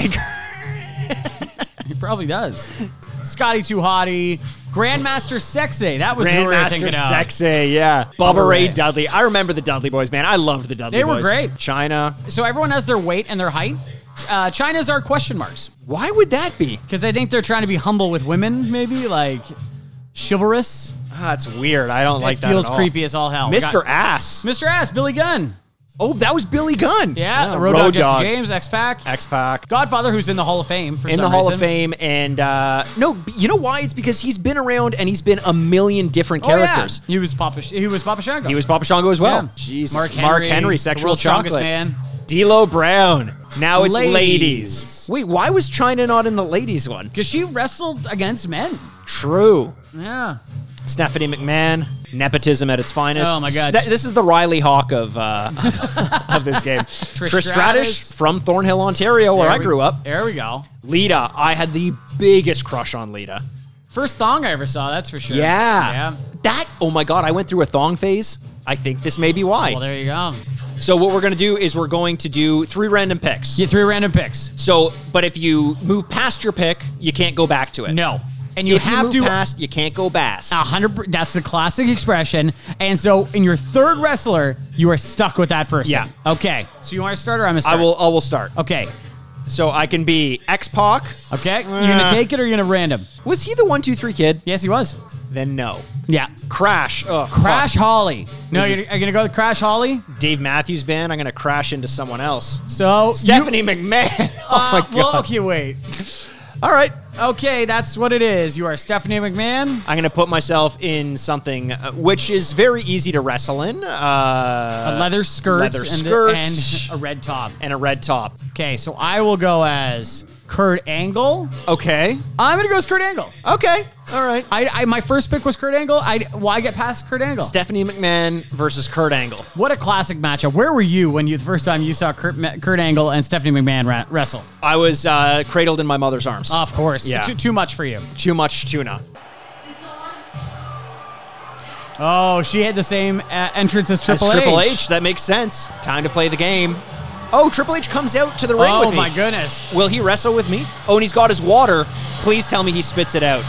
probably does. Scotty Too Hottie, Grandmaster Sexay. That was who we were Grandmaster thinking Sexy, yeah. Bubba Ray Dudley. I remember the Dudley boys, man. I loved the Dudley They were boys. great. China. of. So everyone has their weight and their height. Uh, China's our question marks Why would that be? because I think they're trying to be humble with women, maybe like chivalrous. Ah, it's weird. I don't it like that. Feels at all. creepy as all hell. We Mr. got- Ass. Mr. Ass, Billy Gunn. Oh, that was Billy Gunn. Yeah, the Road, Dog, Jesse James, X Pac, X Pac. Godfather, who's in the Hall of Fame for in some the Hall of reason. Fame, and uh, no, you know why? It's because he's been around and he's been a million different Oh, yeah. characters. He was Papa. He was Papa Shango. He was Papa Shango as well. Yeah. Jesus, Mark Henry, the sexual world's chocolate. strongest man. D'Lo Brown. Now it's ladies. Ladies. Wait, why was China not in the ladies one? Because she wrestled against men. True. Yeah. Stephanie McMahon. Nepotism at its finest. Oh, my God. Th- this is the Riley Hawk of uh, of this game. Trish Stratus. Stratus from Thornhill, Ontario, where There I we- grew up. There we go. Lita. I had the biggest crush on Lita. First thong I ever saw, that's for sure. Yeah. Yeah. That, oh my God, I went through a thong phase. I think this may be why. Well, there you go. so, what we're going to do is we're going to do three random picks. Get three random picks. So, but if you move past your pick, you can't go back to it. No. And you if you have move to. Ah, past, you can't go past. a hundred. per- That's the classic expression. And so, in your third wrestler, you are stuck with that person. Yeah. Okay. So you want to start or I'm gonna I start? will. I will start. Okay. So I can be X Pac. Okay. You're gonna Uh. take it or you're gonna random? Was he the one two three kid? Yes, he was. Then no. Yeah. Crash. Ugh, Crash Holly. No, This you're, is- you're gonna go with Crash Holly. fuck. Dave Matthews Band. I'm gonna crash into someone else. So Stephanie McMahon. oh Uh, my god. Well, okay, wait. All right. Okay, that's what it is. You are Stephanie McMahon. I'm gonna put myself in something uh, which is very easy to wrestle in. Uh, A leather skirt, leather and, skirt. and a red top. and a red top. Okay, so I will go as Kurt Angle. Okay. I'm gonna go as Kurt Angle. Okay. All right. I, I my first pick was Kurt Angle. I why get past Kurt Angle? Stephanie McMahon versus Kurt Angle. what a classic matchup. Where were you when you the first time you saw Kurt, Ma- Kurt Angle and Stephanie McMahon ra- wrestle? I was uh, cradled in my mother's arms. Of course, Yeah. too, too much for you. Too much tuna. Oh, she had the same uh, entrance as Triple As H. Triple H. That makes sense. Time to play the game. Oh, Triple H comes out to the ring Oh with me. my goodness. Will he wrestle with me? Oh, and he's got his water. Please tell me he spits it out.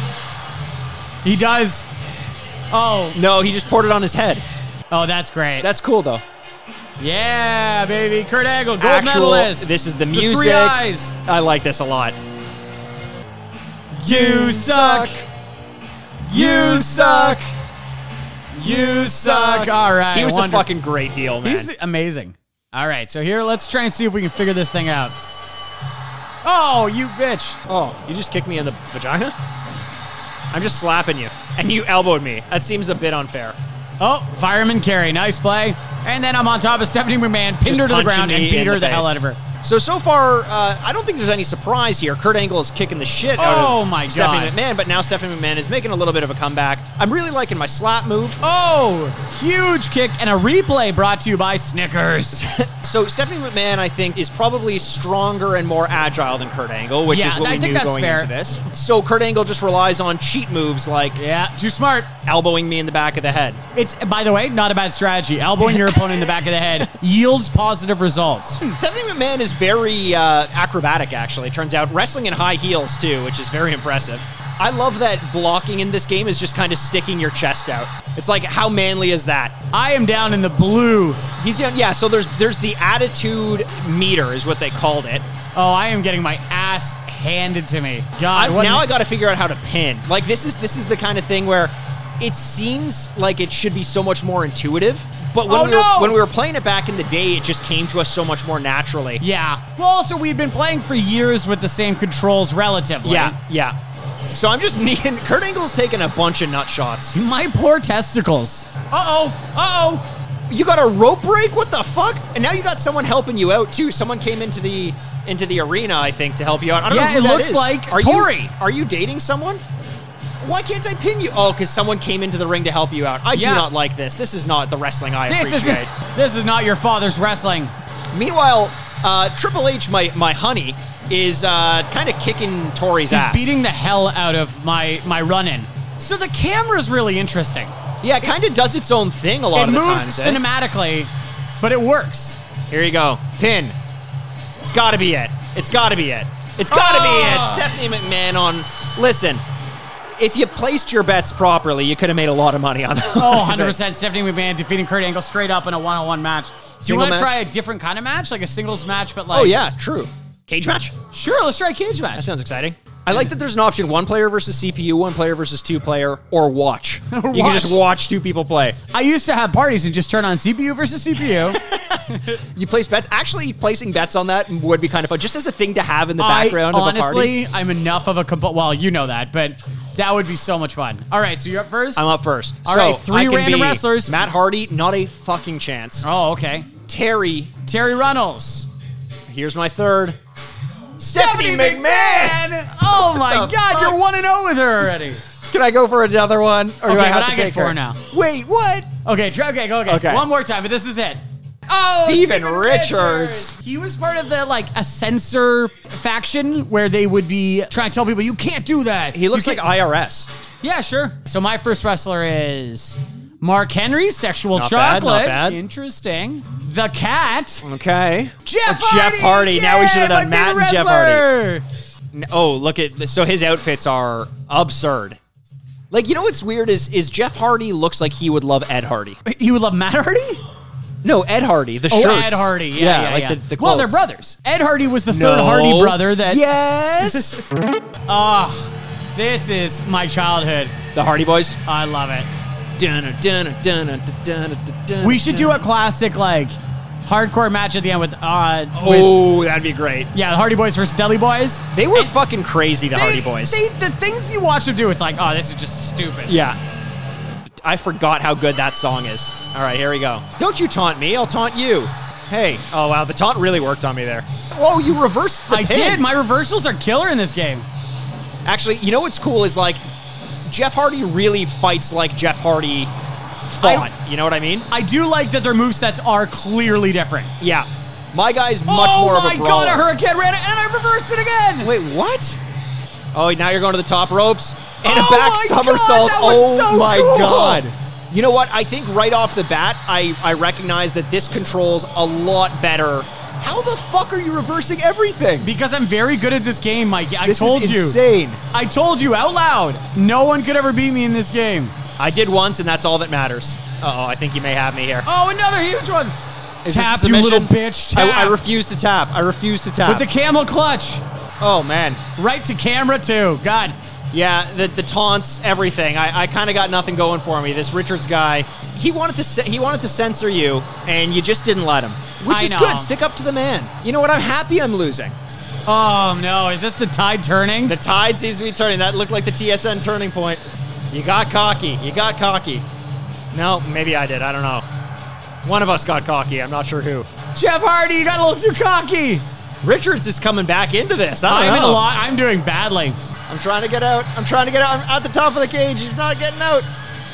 He does. Oh, No, he just poured it on his head. oh, that's great. That's cool though. Yeah, baby. Kurt Angle, gold Actual. medalist. This is the three music. eyes. I like this a lot. You suck. You suck. You suck. All right, He was wonderful. a fucking great heel, man. He's amazing. All right, so here, let's try and see if we can figure this thing out. Oh, you bitch. oh, you just kicked me in the vagina? I'm just slapping you. And you elbowed me. That seems a bit unfair. Oh, fireman carry. Nice play. And then I'm on top of Stephanie McMahon, pinned Just her to the punching ground, and me beat in her the, the hell out face. of her. So so far, uh, I don't think there's any surprise here. Kurt Angle is kicking the shit out Oh of my Stephanie God. McMahon, but now Stephanie McMahon is making a little bit of a comeback. I'm really liking my slap move. Oh, huge kick and a replay brought to you by Snickers. So Stephanie McMahon, I think, is probably stronger and more agile than Kurt Angle, which Yeah, is what I we think knew that's going fair. into this. So Kurt Angle just relies on cheat moves like yeah, too smart. elbowing me in the back of the head. It's by the way, not a bad strategy. Elbowing your opponent in the back of the head yields positive results. Stephanie McMahon is very uh, acrobatic, actually. It turns out wrestling in high heels too, which is very impressive. I love that blocking in this game is just kind of sticking your chest out. It's like how manly is that? I am down in the blue. He's down, yeah. So there's there's the attitude meter is what they called it. Oh, I am getting my ass handed to me. I, God, what now an- I got to figure out how to pin. Like this is this is the kind of thing where it seems like it should be so much more intuitive, but when Oh, we were, no! when we were playing it back in the day, it just came to us so much more naturally. yeah. Well, also we've been playing for years with the same controls relatively. Yeah, yeah. So I'm just needing. Kurt Angle's taking a bunch of nut shots. My poor testicles. Uh oh. Uh oh. You got a rope break? What the fuck? And now you got someone helping you out too. Someone came into the into the arena, I think, to help you out. I don't Yeah, know who it that looks is. like are You, Tori. are you dating someone? Why can't I pin you? Oh, because someone came into the ring to help you out. I Yeah. do not like this. This is not the wrestling I This is appreciate. this is not your father's wrestling. Meanwhile, uh, Triple H, my my honey, is uh, kind of kicking Tori's He's ass. beating the hell out of my my run in. So the camera's really interesting. yeah, it kind of does its own thing a lot It of the moves times. eh? cinematically, but it works. Here you go. Pin. It's got to be it. It's got to be it. It's got to Ah! be it. Stephanie McMahon on. Listen, if you placed your bets properly, you could have made a lot of money on that. Oh, 100% Stephanie McMahon defeating Kurt Angle straight up in a one on one match. Do you Single want to match? try a different kind of match? Like a singles match, but like. Oh yeah, true. Cage match. Sure, let's try a cage match. That sounds exciting. I like that there's an option one player versus CPU, one player versus two player, or watch. You can watch. just watch two people play. I used to have parties and just turn on CPU versus CPU. You place bets. Actually, placing bets on that would be kind of fun, just as a thing to have in the I background of a party. honestly, I'm enough of a comp- well, you know that, but that would be so much fun. All right, so you're up first. I'm up first. All so right, three I can random be wrestlers. Matt Hardy, not a fucking chance. oh, okay. Terry, Terry Runnels. here's my third. Stephanie, McMahon. Oh my the God, fuck? you're one and zero with her already. Can I go for another one, or do Okay, I have but to I get take four her? now. Wait, what? Okay, try, okay, go okay. Okay. One more time, but this is it. Oh, Steven Richards. He was part of the like a censor faction where they would be trying to tell people you can't do that. He looks You like can't- IRS. Yeah, sure. So my first wrestler is Mark Henry, Sexual Not bad, Chocolate. not bad. Interesting. The Cat. Okay. Jeff Oh, Hardy. Jeff Hardy. Now we Yay, should have done my Matt favorite and Jeff Hardy. wrestler. N- Oh, look at this. so his outfits are absurd. Like you know what's weird is is Jeff Hardy looks like he would love Ed Hardy. You would love Matt Hardy? No, Ed Hardy, the Oh, shirts. Ed Hardy. Yeah, yeah, like yeah. The, the well, they're clothes. brothers. Ed Hardy was the No. third Hardy brother that. Ah, Yes, This is my childhood. the Hardy Boys. I love it. Dunna, dunna, dunna, dunna, dunna, We should do dunna. a classic, like, hardcore match at the end with. uh with, Oh, that'd be great. Yeah, the Hardy Boys versus Dudley Boys. They were fucking crazy, the Hardy They- Boys. they- the things you watch them do, it's like, oh, this is just stupid. yeah. I forgot how good that song is. All right, here we go. Don't you taunt me, I'll taunt you. Hey, oh wow, the taunt really worked on me there. Whoa, you reversed the I pin. did. My reversals are killer in this game. Actually, you know what's cool is like Jeff Hardy really fights like Jeff Hardy fought. you know what I mean? I do like that their movesets are clearly different. Yeah. My guy's much oh more of my a god, brawler. a hurricane ran it and I reversed it again. Wait, what? Oh, now you're going to the top ropes and Oh a back my God, somersault. that was oh so my cool. god. You know what? I think right off the bat, I, I recognize that this controls a lot better. How the fuck are you reversing everything? Because I'm very good at this game, Mikey. I this told is you. insane. I told you out loud. No one could ever beat me in this game. I did once, and that's all that matters. Uh oh, I think you may have me here. Oh, another huge one. Is this a tap, you submission? little bitch. Tap. I, I refuse to tap. I refuse to tap. With the camel clutch. oh man, Right to camera, too. God. yeah, the, the taunts, everything. I, I kind of got nothing going for me. This Richards guy, he wanted to se- he wanted to censor you, and you just didn't let him, which I is know. good. Stick up to the man. You know what? I'm happy I'm losing. Oh, no. Is this the tide turning? The tide seems to be turning. That looked like the TSN turning point. You got cocky. You got cocky. No, maybe I did. I don't know. One of us got cocky. I'm not sure who. Jeff Hardy, you got a little too cocky. Richards is coming back into this. I don't I'm in know. a lot. I'm doing badly. I'm trying to get out. I'm trying to get out. I'm at the top of the cage. He's not getting out.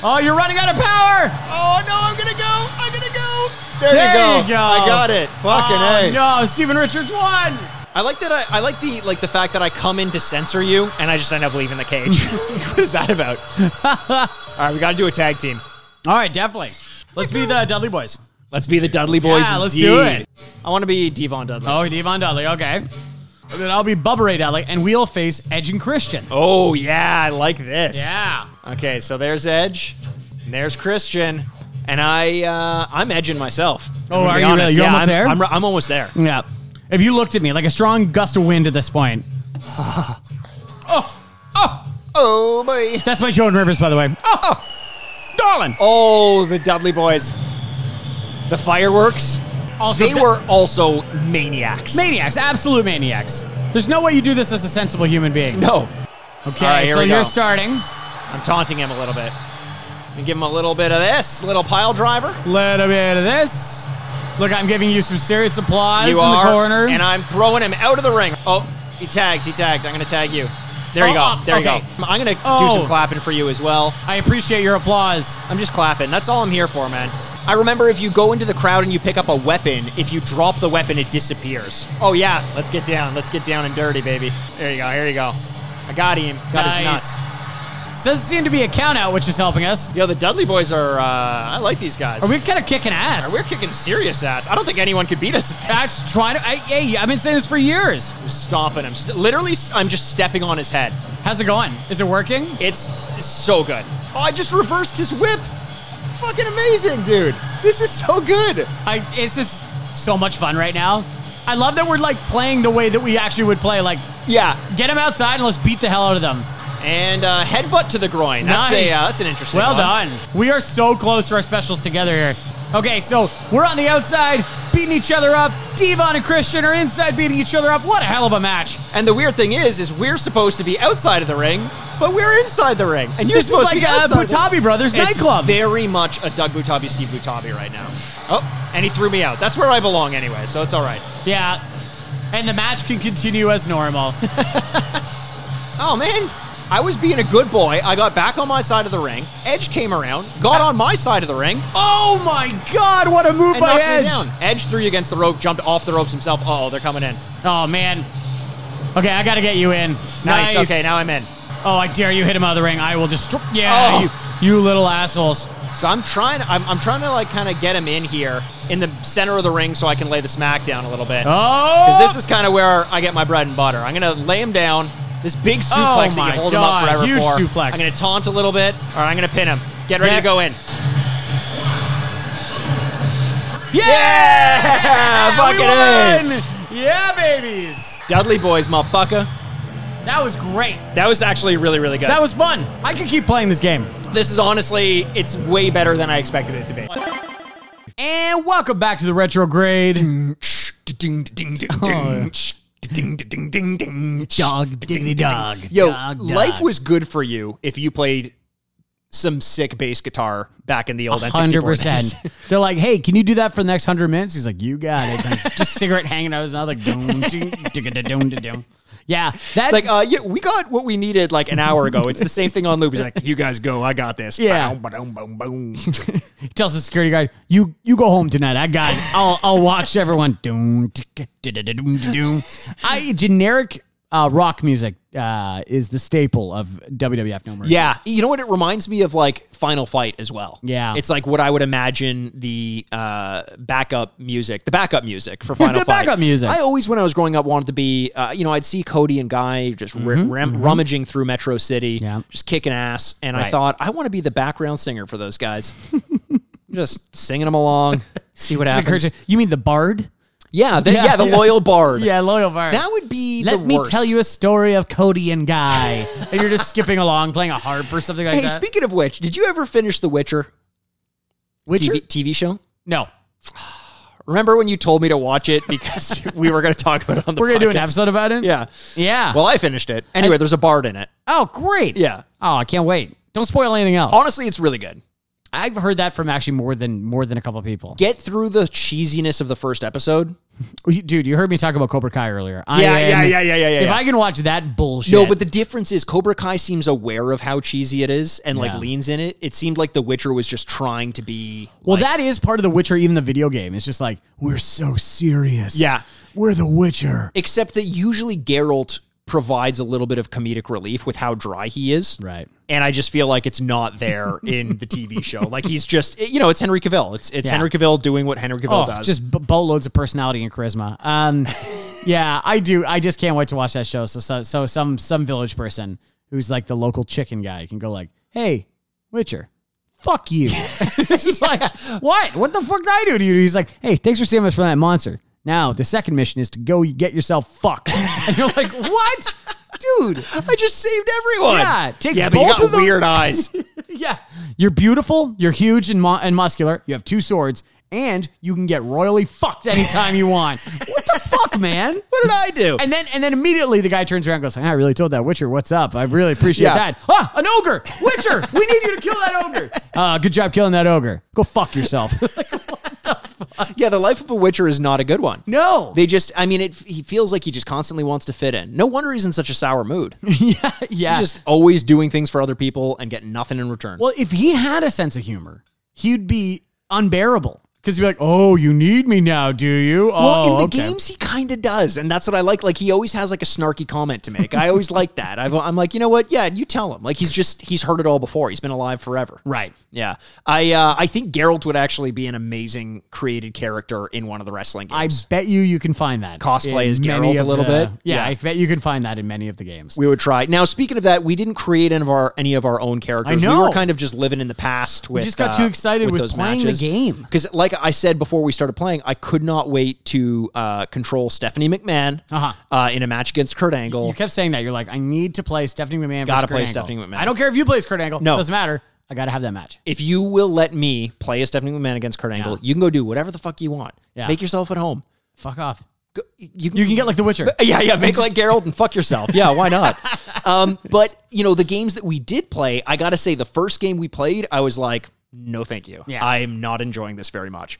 Oh, you're running out of power. Oh no, I'm gonna go. I'm gonna go. There, There you, go. you go. I got it. Fucking oh, A. no. Steven Richards won. I like that. I, I like the like the fact that I come in to censor you, and I just end up leaving the cage. what is that about? All right, we got to do a tag team. All right, definitely. Let's be the Dudley Boys. Let's be the Dudley Boys. Yeah, let's do indeed. it. I want to be Devon Dudley. Oh, Devon Dudley. Okay. And then I'll be Bubba Ray Dudley, and we'll face Edge and Christian. Oh yeah, I like this. Yeah. Okay, so there's Edge, and there's Christian, and I uh, I'm edging myself. Oh, I'm gonna be are you really? honest. You're yeah, almost I'm- there? I'm, I'm almost there. Yeah. If you looked at me like a strong gust of wind at this point. oh, oh. Oh boy. That's my Joan Rivers, by the way. Oh, darling. Oh, the Dudley boys. The fireworks. Also, Oh, They were also maniacs. maniacs, absolute maniacs. There's no way you do this as a sensible human being. No. Okay, All right, here so we you're go. starting. I'm taunting him a little bit. And give him a little bit of this, little pile driver. Little bit of this. Look, I'm giving you some serious applause you in are. the corner. And I'm throwing him out of the ring. Oh, he tagged, he tagged. I'm gonna tag you. There you Oh, go. up. There Okay. you go. I'm gonna do Oh. some clapping for you as well. I appreciate your applause. I'm just clapping. That's all I'm here for, man. I remember if you go into the crowd and you pick up a weapon, if you drop the weapon, it disappears. Oh, yeah. Let's get down. Let's get down and dirty, baby. There you go. Here you go. I got him. Got his Nice. nuts. Does seem to be a count out, which is helping us. Yo, the Dudley boys are. Uh, I like these guys. Are we kind of kicking ass? We're kicking serious ass. I don't think anyone could beat us. At this. That's trying to. I, hey, I've been saying this for years. stomping him. St- literally, s- I'm just stepping on his head. How's it going? Is it working? It's so good. Oh, I just reversed his whip. Fucking amazing, dude. This is so good. I, it's just so much fun right now. I love that we're like playing the way that we actually would play. Like, Yeah. get them outside and let's beat the hell out of them. And uh, headbutt to the groin. That's nice. a uh, that's an interesting. Well one. done. We are so close to our specials together here. Okay, so we're on the outside beating each other up. Devon and Christian are inside beating each other up. What a hell of a match! And the weird thing is, is we're supposed to be outside of the ring, but we're inside the ring, and you're this is supposed to like be uh, outside. Butabi Brothers It's nightclub. very much a Doug Butabi, Steve Butabi right now. Oh, and he threw me out. That's where I belong anyway, so it's all right. Yeah, and the match can continue as normal. Oh man, I was being a good boy. I got back on my side of the ring. Edge came around, got on my side of the ring, oh my God! What a move and by knocked Edge. me down. Edge threw you against the rope, jumped off the ropes himself. Oh, they're coming in. Oh man. Okay, I gotta get you in. Nice. Okay, now I'm in. Oh, I dare you hit him out of the ring. I will destroy. Yeah, Oh. you, you little assholes. So I'm trying. I'm, I'm trying to like kind of get him in here in the center of the ring so I can lay the smack down a little bit. Oh, Because this is kind of where I get my bread and butter. I'm gonna lay him down. This big suplex that Oh my you hold God, him up forever huge for. suplex. I'm gonna taunt a little bit. All right, I'm gonna pin him. Get ready Yeah. to go in. yeah, Yeah, we fucking in. won! Yeah, babies. Dudley boys, motherfucker. That was great. That was actually really, really good. That was fun. I could keep playing this game. this is honestly, it's way better than I expected it to be. And welcome back to the retrograde. Dog, diggity dog. Yo, life was good for you if you played some sick bass guitar back in the old Hundred N64 days. percent. They're like, "Hey, can you do that for the next hundred minutes?" He's like, "You got it." Just cigarette hanging out his mouth, like, "Dum, ding, digga, dum, dum, dum." yeah, that's It's like, uh, yeah, we got what we needed like an hour ago. It's the same thing on loop. He's like, you guys go, I got this. Yeah. Boom, boom, boom, boom. He tells the security guard, "You you go home tonight. I got. It. I'll I'll watch everyone." Doom, tick, da-da-da-doom, da-doom. I generic uh, rock music uh, is the staple of WWF. No mercy. yeah, you know what? It reminds me of like Final Fight as well. Yeah. it's like what I would imagine the uh, backup music, the backup music for Final The Fight. backup music. I always, when I was growing up, wanted to be. Uh, you know, I'd see Cody and Guy just ri- ram- rummaging through Metro City, Mm-hmm, Yeah. just kicking ass, and I Right. thought I want to be the background singer for those guys. just singing them along, see what Just occurs happens. to- You mean the bard? Yeah, the, Yeah. yeah, the loyal bard. Yeah, loyal bard. That would be Let the me worst. tell you a story of Cody and Guy, and you're just skipping along, playing a harp or something like Hey, that. speaking of which, did you ever finish The Witcher, Witcher? TV, TV show? No, Remember when you told me to watch it because we were going to talk about it on the we're gonna do an podcast? episode about it. Yeah. yeah. Well, I finished it. Anyway, there's a bard in it. oh, great. Yeah. Oh, I can't wait. Don't spoil anything else. Honestly, it's really good. I've heard that from actually more than more than a couple of people. Get through the cheesiness of the first episode. You- Dude, you heard me talk about Cobra Kai earlier. I Yeah, am- yeah, yeah, yeah, yeah, yeah, If yeah. I can watch that bullshit, No, but the difference is Cobra Kai seems aware of how cheesy it is and Yeah. like leans in it. It seemed like The Witcher was just trying to be. well, that is part of The Witcher. Even the video game, it's just like we're so serious. Yeah. we're The Witcher. Except that usually Geralt provides a little bit of comedic relief with how dry he is. Right. and I just feel like it's not there in the TV show. Like he's just, you know, it's Henry Cavill. It's it's Yeah. Henry Cavill doing what Henry Oh, Cavill does. just b- boatloads of personality and charisma. Um, yeah, I do. I just can't wait to watch that show. So, so, so some some village person who's like the local chicken guy can go like, "Hey, Witcher, fuck you." it's just like, what? What the fuck did I do to you? He's like, "Hey, thanks for saving us from that monster." Now the second mission is to go get yourself fucked, and you're like, "What, dude?" I just saved everyone. Yeah, take yeah, but both you got of them. weird eyes. Yeah. You're beautiful, you're huge and, mu- and muscular, you have two swords, and you can get royally fucked anytime you want. what the fuck, man? What did I do? And then and then immediately the guy turns around and goes, I really told that Witcher what's up. I really appreciate Yeah. that. Ah, an ogre! Witcher! we need you to kill that ogre. Uh, good job killing that ogre. Go fuck yourself. yeah, the life of a Witcher is not a good one. no. They just, I mean, it. He feels like he just constantly wants to fit in. No wonder he's in such a sour mood. He's yeah, yeah. just always doing things for other people and getting nothing in return. well, if he had a sense of humor, he'd be unbearable. Because you'd be like, oh, you need me now, do you? Oh, Well, in the okay. games, he kind of does, and that's what I like. Like he always has like a snarky comment to make. I always like that. I've, I'm like, you know what? Yeah, you tell him. Like he's just he's heard it all before. He's been alive forever. Right. Yeah. I uh, I think Geralt would actually be an amazing created character in one of the wrestling I games. bet you you can find that. Cosplay in as many Geralt a of little the- bit? Yeah, Yeah. I bet you can find that in many of the games. we would try. Now, speaking of that, we didn't create any of our any of our own characters. I We know. were kind of just living in the past. With just got too excited with playing the game. because, like I said before we started playing, I could not wait to uh, control Stephanie McMahon Uh-huh. uh, in a match against Kurt Angle. You kept saying that. You're like, I need to play Stephanie McMahon. versus Gotta Kurt play Angle. Stephanie McMahon. I don't care if you play as Kurt Angle. No. doesn't matter. I gotta have that match. if you will let me play as Stephanie McMahon against Kurt Angle, you can go do whatever the fuck you want. Yeah. Make yourself at home. Fuck off. Go, you, You can get like The Witcher. Yeah, yeah, make like Geralt and fuck yourself. Yeah, why not? Um, but you know, the games that we did play, I gotta say, the first game we played, I was like, no, thank you. Yeah. I'm not enjoying this very much.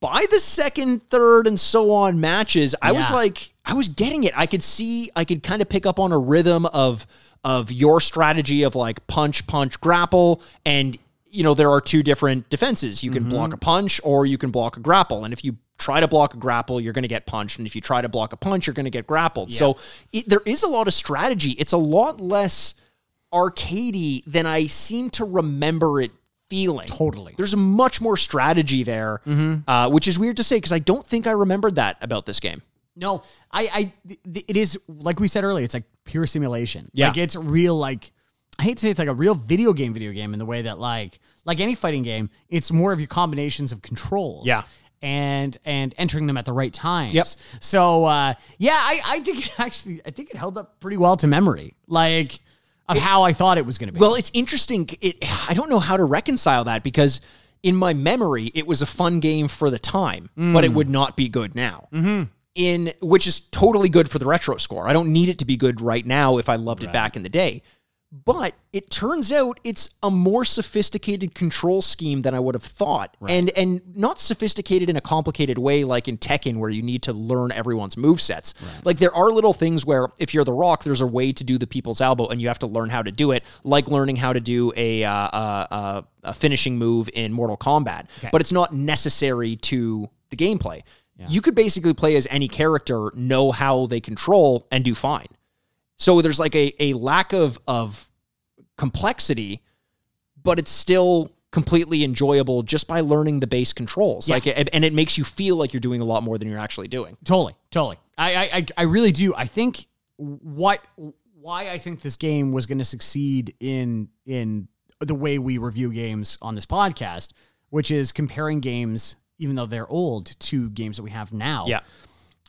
By the second, third, and so on matches, I was Yeah. like, I was getting it. I could see, I could kind of pick up on a rhythm of of your strategy of like punch, punch, grapple, and you know there are two different defenses. You can block a punch or you can block a grapple, and if you try to block a grapple, you're going to get punched, and if you try to block a punch, you're going to get grappled. So it, there is a lot of strategy. It's a lot less arcadey than I seem to remember it feeling. Totally. There's much more strategy there, uh, which is weird to say because I don't think I remembered that about this game. No, I, I, th- th- it is like we said earlier. It's like pure simulation. Yeah. like it's real. Like I hate to say it's like a real video game, video game in the way that like like any fighting game, it's more of your combinations of controls. Yeah. And and entering them at the right times. Yep. So uh, yeah, I, I think it actually I think it held up pretty well to memory, like of how I thought it was going to be. Well, it's interesting. It, I don't know how to reconcile that because in my memory, it was a fun game for the time, but it would not be good now. Mm-hmm. In which is totally good for the retro score. I don't need it to be good right now if I loved it back in the day. But it turns out it's a more sophisticated control scheme than I would have thought, and and not sophisticated in a complicated way like in Tekken where you need to learn everyone's move sets. Like there are little things where if you're the Rock, there's a way to do the people's elbow, and you have to learn how to do it, like learning how to do a uh, uh, uh, a finishing move in Mortal Kombat. But it's not necessary to the gameplay. You could basically play as any character, know how they control, and do fine. So there's like a, a lack of of complexity, but it's still completely enjoyable just by learning the base controls. Like, it- and it makes you feel like you're doing a lot more than you're actually doing. Totally, totally. I, I, I- I really do. I think what, why I think this game was going to succeed in in the way we review games on this podcast, which is comparing games, even though they're old, to games that we have now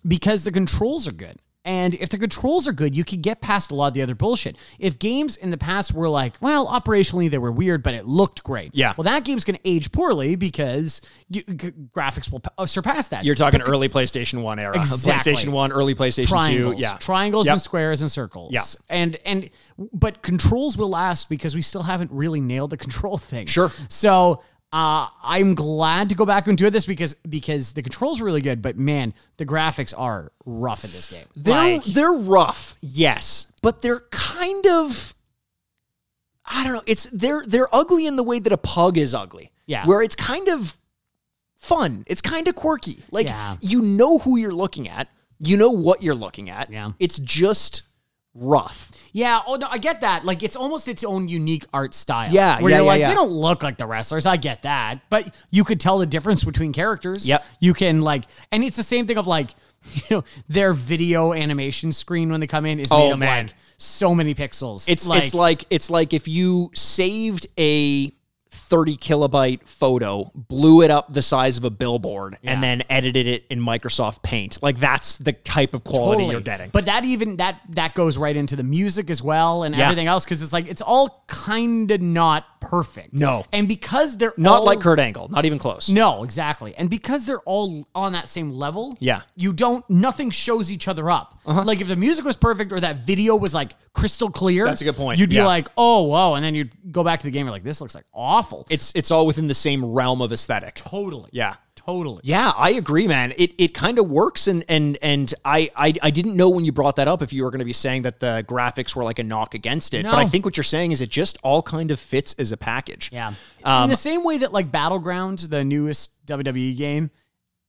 because the controls are good. And if the controls are good, you can get past a lot of the other bullshit. If games in the past were like, well, operationally they were weird, but it looked great. Yeah. Well, that game's going to age poorly because you, g- graphics will p- uh, surpass that. You're talking early PlayStation 1 era. Exactly. PlayStation 1, early PlayStation triangles, 2. Yeah. triangles Yep. and squares and circles. Yeah. and and but controls will last because we still haven't really nailed the control thing. Sure. So uh, I'm glad to go back and do this because because the controls are really good, but man, the graphics are rough in this game. They're Like- they're rough, yes, but they're kind of I don't know. It's they're they're ugly in the way that a pug is ugly. Yeah. where it's kind of fun. It's kind of quirky. Like Yeah. you know who you're looking at. You know what you're looking at. Yeah. it's just rough. yeah, oh no, I get that. Like it's almost its own unique art style. Yeah, where yeah, you're yeah, like yeah. they don't look like the wrestlers. I get that, but you could tell the difference between characters. Yep. you can like, and it's the same thing of like, you know, their video animation screen when they come in is made Oh, of man. like so many pixels. It's it's like it's like if you saved a 30 kilobyte photo, blew it up the size of a billboard, Yeah. and then edited it in Microsoft Paint. Like that's the type of quality Totally. you're getting. But that even that that goes right into the music as well and Yeah. everything else because it's like it's all kind of not perfect. No. and because they're Not all- like Kurt Angle. Not even close. No, exactly. And because they're all on that same level, Yeah. Uh-huh. you don't nothing shows each other up. Like if the music was perfect or that video was like crystal clear, That's a good point. You'd be Yeah. like, oh whoa, and then you'd go back to the game. You're like, this looks like awful. It's it's all within the same realm of aesthetic. totally, Yeah. totally. Yeah, I agree, man. It it kind of works and and and I, I I didn't know when you brought that up if you were going to be saying that the graphics were like a knock against it, No. but I think what you're saying is it just all kind of fits as a package. Yeah. Um, In the same way that like Battleground, the newest WWE game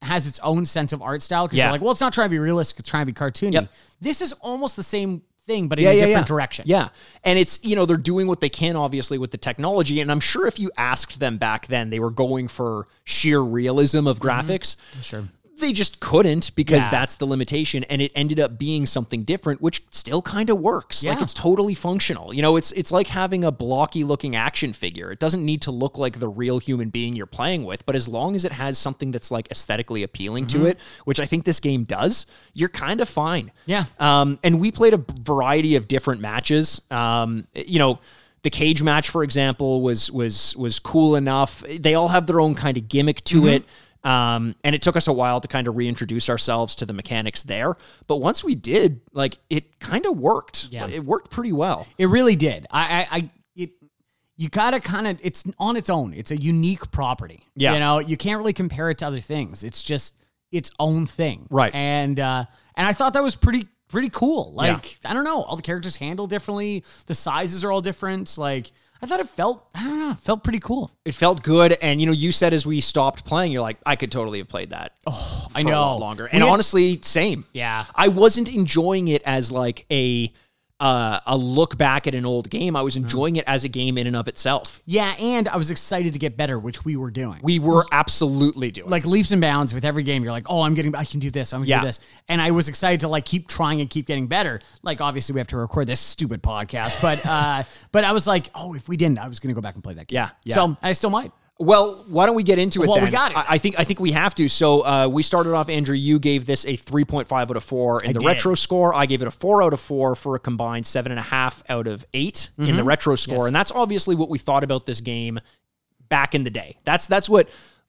has its own sense of art style because Yeah. they're like, well, it's not trying to be realistic, it's trying to be cartoony. Yep. This is almost the same thing, but in a different direction. Yeah. And it's, you know, they're doing what they can, obviously, with the technology. And I'm sure if you asked them back then, they were going for sheer realism Mm-hmm. of graphics. Sure. They just couldn't because Yeah. that's the limitation. And it ended up being something different, which still kind of works. Like Yeah. it's totally functional. You know, it's it's like having a blocky looking action figure. It doesn't need to look like the real human being you're playing with, but as long as it has something that's like aesthetically appealing Mm-hmm. to it, which I think this game does, you're kind of fine. Yeah. Um, and we played a variety of different matches. Um, you know, the cage match, for example, was was was cool enough. They all have their own kind of gimmick to it. Um, and it took us a while to kind of reintroduce ourselves to the mechanics there. But once we did, like it kind of worked. Yeah. It worked pretty well. It really did. I, I, I it, you gotta kind of. It's on its own. It's a unique property. Yeah. You know, you can't really compare it to other things. It's just its own thing. Right. And uh, and I thought that was pretty pretty cool. Yeah. Like I don't know, all the characters handle differently. The sizes are all different. Like I thought it felt. I don't know. It felt pretty cool. It felt good. And you know, you said as we stopped playing, you're like, I could totally have played that. I Oh, for a know. lot longer. We And had- honestly, same. Yeah. I wasn't enjoying it as like a uh, a look back at an old game. I was enjoying it as a game in and of itself. yeah, and I was excited to get better, which we were doing. We were absolutely doing. like leaps and bounds with every game. You're like, oh, I'm getting, I can do this, I'm gonna Yeah. do this, and I was excited to like keep trying and keep getting better. Like, obviously, we have to record this stupid podcast, but uh, but I was like, oh, if we didn't, I was gonna go back and play that game. Yeah, yeah. So I still might. well, why don't we get into it? Well, we then? got it. I, I think I think we have to. So uh, we started off. Andrew, you gave this a three point five out of four in the did. retro score. I gave it a four out of four for a combined seven and a half out of 8 in Mm-hmm. the retro score, and that's obviously what we thought about this game back in the day. That's that's what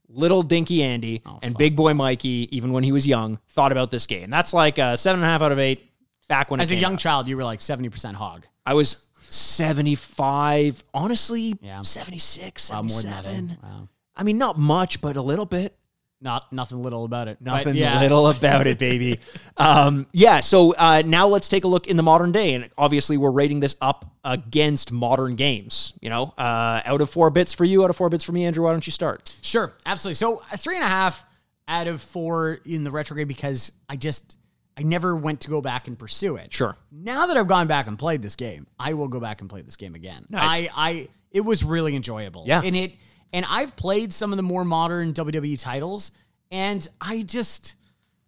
little Dinky Andy Oh, and Big Boy Mikey, even when he was young, thought about this game. That's like a seven and a half out of eight back when it As a came young out. child, you were like seventy percent hog. I was seventy five. Honestly, Yeah. 76, more than that, 77. eh? Wow. I mean, not much, but a little bit. Not nothing little about it. But Nothing yeah. little about it, baby. um, yeah. So uh, now let's take a look in the modern day, and obviously we're rating this up against modern games. You know, uh, out of four bits for you, out of four bits for me, Andrew. Why don't you start? Sure, absolutely. So a three and a half out of four in the retrograde because I just I never went to go back and pursue it. Sure. Now that I've gone back and played this game, I will go back and play this game again. Nice. I I it was really enjoyable. Yeah. And it and I've played some of the more modern WWE titles and I just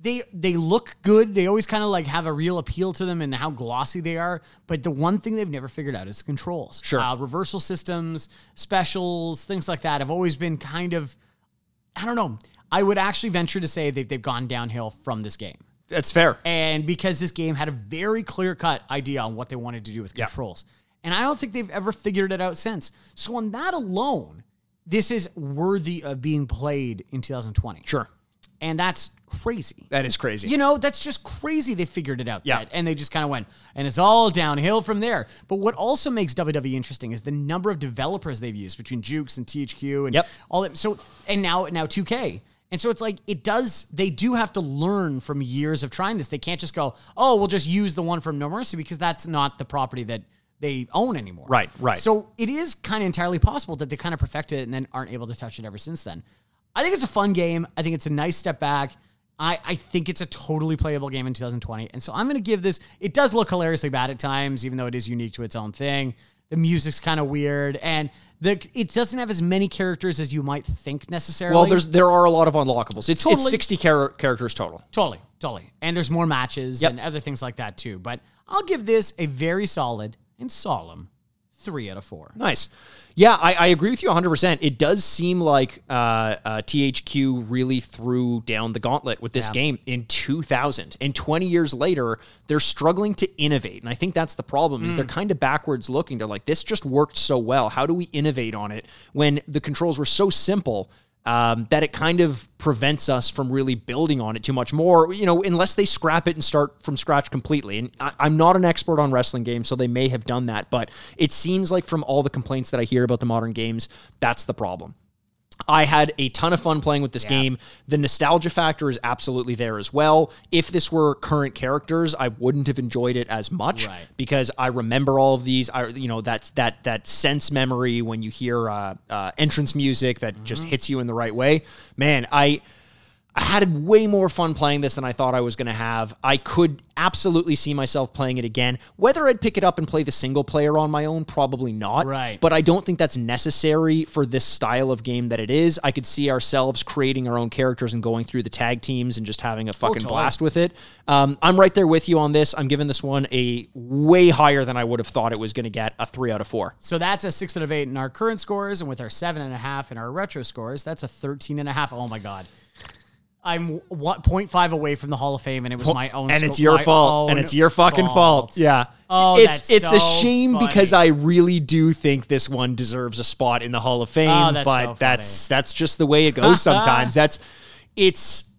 they they look good. They always kind of like have a real appeal to them and how glossy they are. But the one thing they've never figured out is controls. Sure. Uh, reversal systems, specials, things like that have always been kind of I don't know. I would actually venture to say that they've gone downhill from this game. That's fair. And because this game had a very clear cut idea on what they wanted to do with controls. And I don't think they've ever figured it out since. So, on that alone, this is worthy of being played in 2020. Sure. And that's crazy. That is crazy. You know, that's just crazy. They figured it out. Yeah. that- and they just kind of went, and it's all downhill from there. But what also makes WWE interesting is the number of developers they've used between Jukes and THQ and Yep. all that. So and now now 2K. And so it's like it does. They do have to learn from years of trying this. They can't just go, oh, we'll just use the one from No Mercy because that's not the property that they own anymore. Right, right. So Oh, it is kind of entirely possible that they kind of perfected it and then aren't able to touch it ever since then. I think it's a fun game. I think it's a nice step back. I, I think it's a totally playable game in 2020. And so I'm going to give this, it does look hilariously bad at times, even though it is unique to its own thing. The music's kind of weird, and the it doesn't have as many characters as you might think necessarily. Well, there's there are a lot of unlockables. It's it's Totally. sixty char- characters total. Totally, totally. And there's more matches and other things like that too. But I'll give this a very solid and solemn three out of four. Nice. Yeah, I, I agree with you 100%. It does seem like uh, uh, THQ really threw down the gauntlet with this game in 2000. And 20 years later, they're struggling to innovate. And I think that's the problem is they're kind of backwards looking. They're like, this just worked so well. How do we innovate on it when the controls were so simple um, that it kind of prevents us from really building on it too much more, you know, unless they scrap it and start from scratch completely. And I, I'm not an expert on wrestling games, so they may have done that, but it seems like from all the complaints that I hear about the modern games, that's the problem. I had a ton of fun playing with this game. The nostalgia factor is absolutely there as well. If this were current characters, I wouldn't have enjoyed it as much Right. because I remember all of these. I you know that's that that sense memory when you hear uh, uh, entrance music that just hits you in the right way. Man, I. I had way more fun playing this than I thought I was going to have. I could absolutely see myself playing it again. Whether I'd pick it up and play the single player on my own, probably not. Right. But I don't think that's necessary for this style of game that it is. I could see ourselves creating our own characters and going through the tag teams and just having a fucking Oh, totally. blast with it. Um, I'm right there with you on this. I'm giving this one a way higher than I would have thought it was going to get a three out of four. So that's a six out of eight in our current scores, and with our seven and a half in our retro scores, that's a 13 and a half. Oh my God. I'm what, 0.5 away from the Hall of Fame, Oh, and it was my own and sco- it's your my oh, fault and own it's your fucking fault, yeah Oh, it's that's it's a so shame funny. because i really do think this one deserves a spot in the hall of fame Oh, that's but so that's that's just the way it goes sometimes that's it's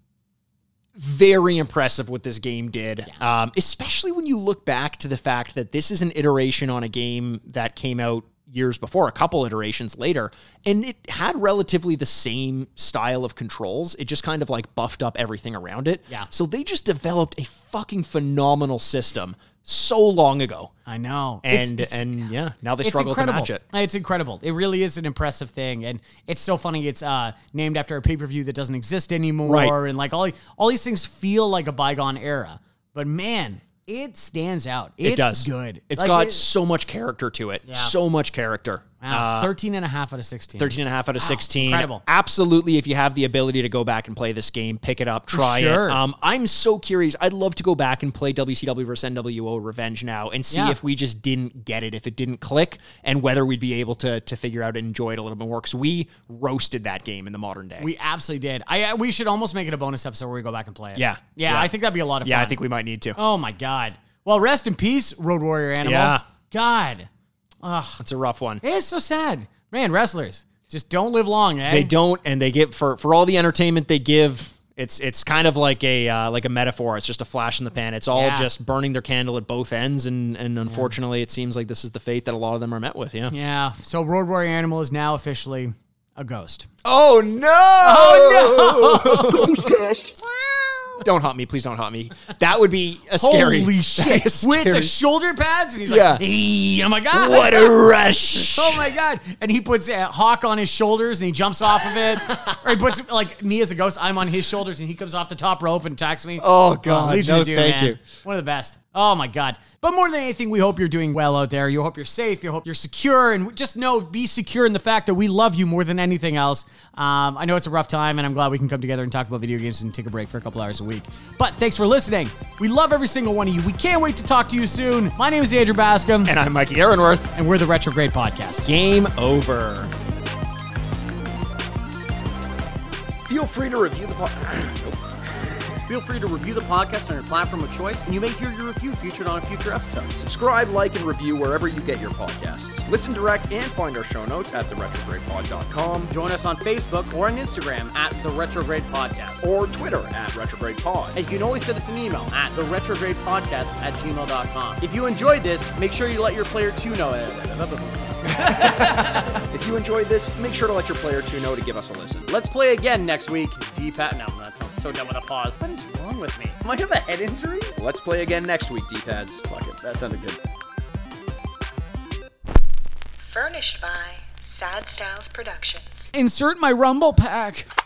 very impressive what this game did um, especially when you look back to the fact that this is an iteration on a game that came out years before a couple iterations later and it had relatively the same style of controls it just kind of like buffed up everything around it Yeah. so they just developed a fucking phenomenal system so long ago I know. It's- and it's- and yeah now they it's struggle to incredible. match it It's incredible. It really is an impressive thing, and it's so funny. It's uh, named after a pay per view that doesn't exist anymore, Right. and like all all these things feel like a bygone era. But man, it stands out. It's it does good. It's Like, got it- so much character to it so much character uh, wow, 13 and a half out of 16. 13 and a half out of 16. incredible. Absolutely. If you have the ability to go back and play this game, pick it up, try sure. it. Um, I'm so curious. I'd love to go back and play WCW versus NWO Revenge now and see Yeah. if we just didn't get it, if it didn't click, and whether we'd be able to, to figure out and enjoy it a little bit more. Because we roasted that game in the modern day. We absolutely did. I I- we should almost make it a bonus episode where we go back and play it. Yeah. yeah. Yeah. I think that'd be a lot of yeah, fun. I think we might need to. Oh my god. Well, rest in peace, Road Warrior Animal. Yeah. God, It's a rough one. it's so sad, man. Wrestlers just don't live long. Eh? They don't, and they give for for all the entertainment they give. It's it's kind of like a uh, like a metaphor. It's just a flash in the pan. It's all Yeah. just burning their candle at both ends, and and unfortunately, it seems like this is the fate that a lot of them are met with. Yeah. Yeah. So Road Warrior Animal is now officially a ghost. Oh no! Oh Ghostcast. no! Don't haunt me, please. Don't haunt me. That would be a scary. Holy that shit! is With the scary. shoulder pads, and he's like, Yeah. "Hey, "Oh my god! what a rush! Oh my god!" And he puts a hawk on his shoulders, and he jumps off of it. or he puts like me as a ghost. I'm on his shoulders, and he comes off the top rope and attacks me. Oh, God. Legion No, of Doom, thank man. you. One of the best. Oh my god! But more than anything, we hope you're doing well out there. You hope you're safe. You hope you're secure, and just know be secure in the fact that we love you more than anything else. Um, I know it's a rough time, and I'm glad we can come together and talk about video games and take a break for a couple hours a week. But thanks for listening. We love every single one of you. We can't wait to talk to you soon. My name is Andrew Bascom, And I'm Mikey Aaronworth. and we're the Retrograde Podcast. Game over. Feel free to review the podcast. Feel free to review the podcast on your platform of choice, and you may hear your review featured on a future episode. Subscribe, like, and review wherever you get your podcasts. Listen direct and find our show notes at theretrogradepod.com Join us on Facebook or on Instagram at The Retrograde Podcast. or Twitter at retrogradepod. And you can always send us an email at The Retrograde Podcast at gmail.com. If you enjoyed this, make sure you let your player 2 know. If you enjoyed this, make sure to let your player two know to give us a listen. Let's play again next week. D Pat. No, that sounds so dumb with a pause. What is wrong with me? Am I have a head injury? Let's play again next week, D-pads. Fuck it. That sounded good. Furnished by Sad Styles Productions. Insert my Rumble pack.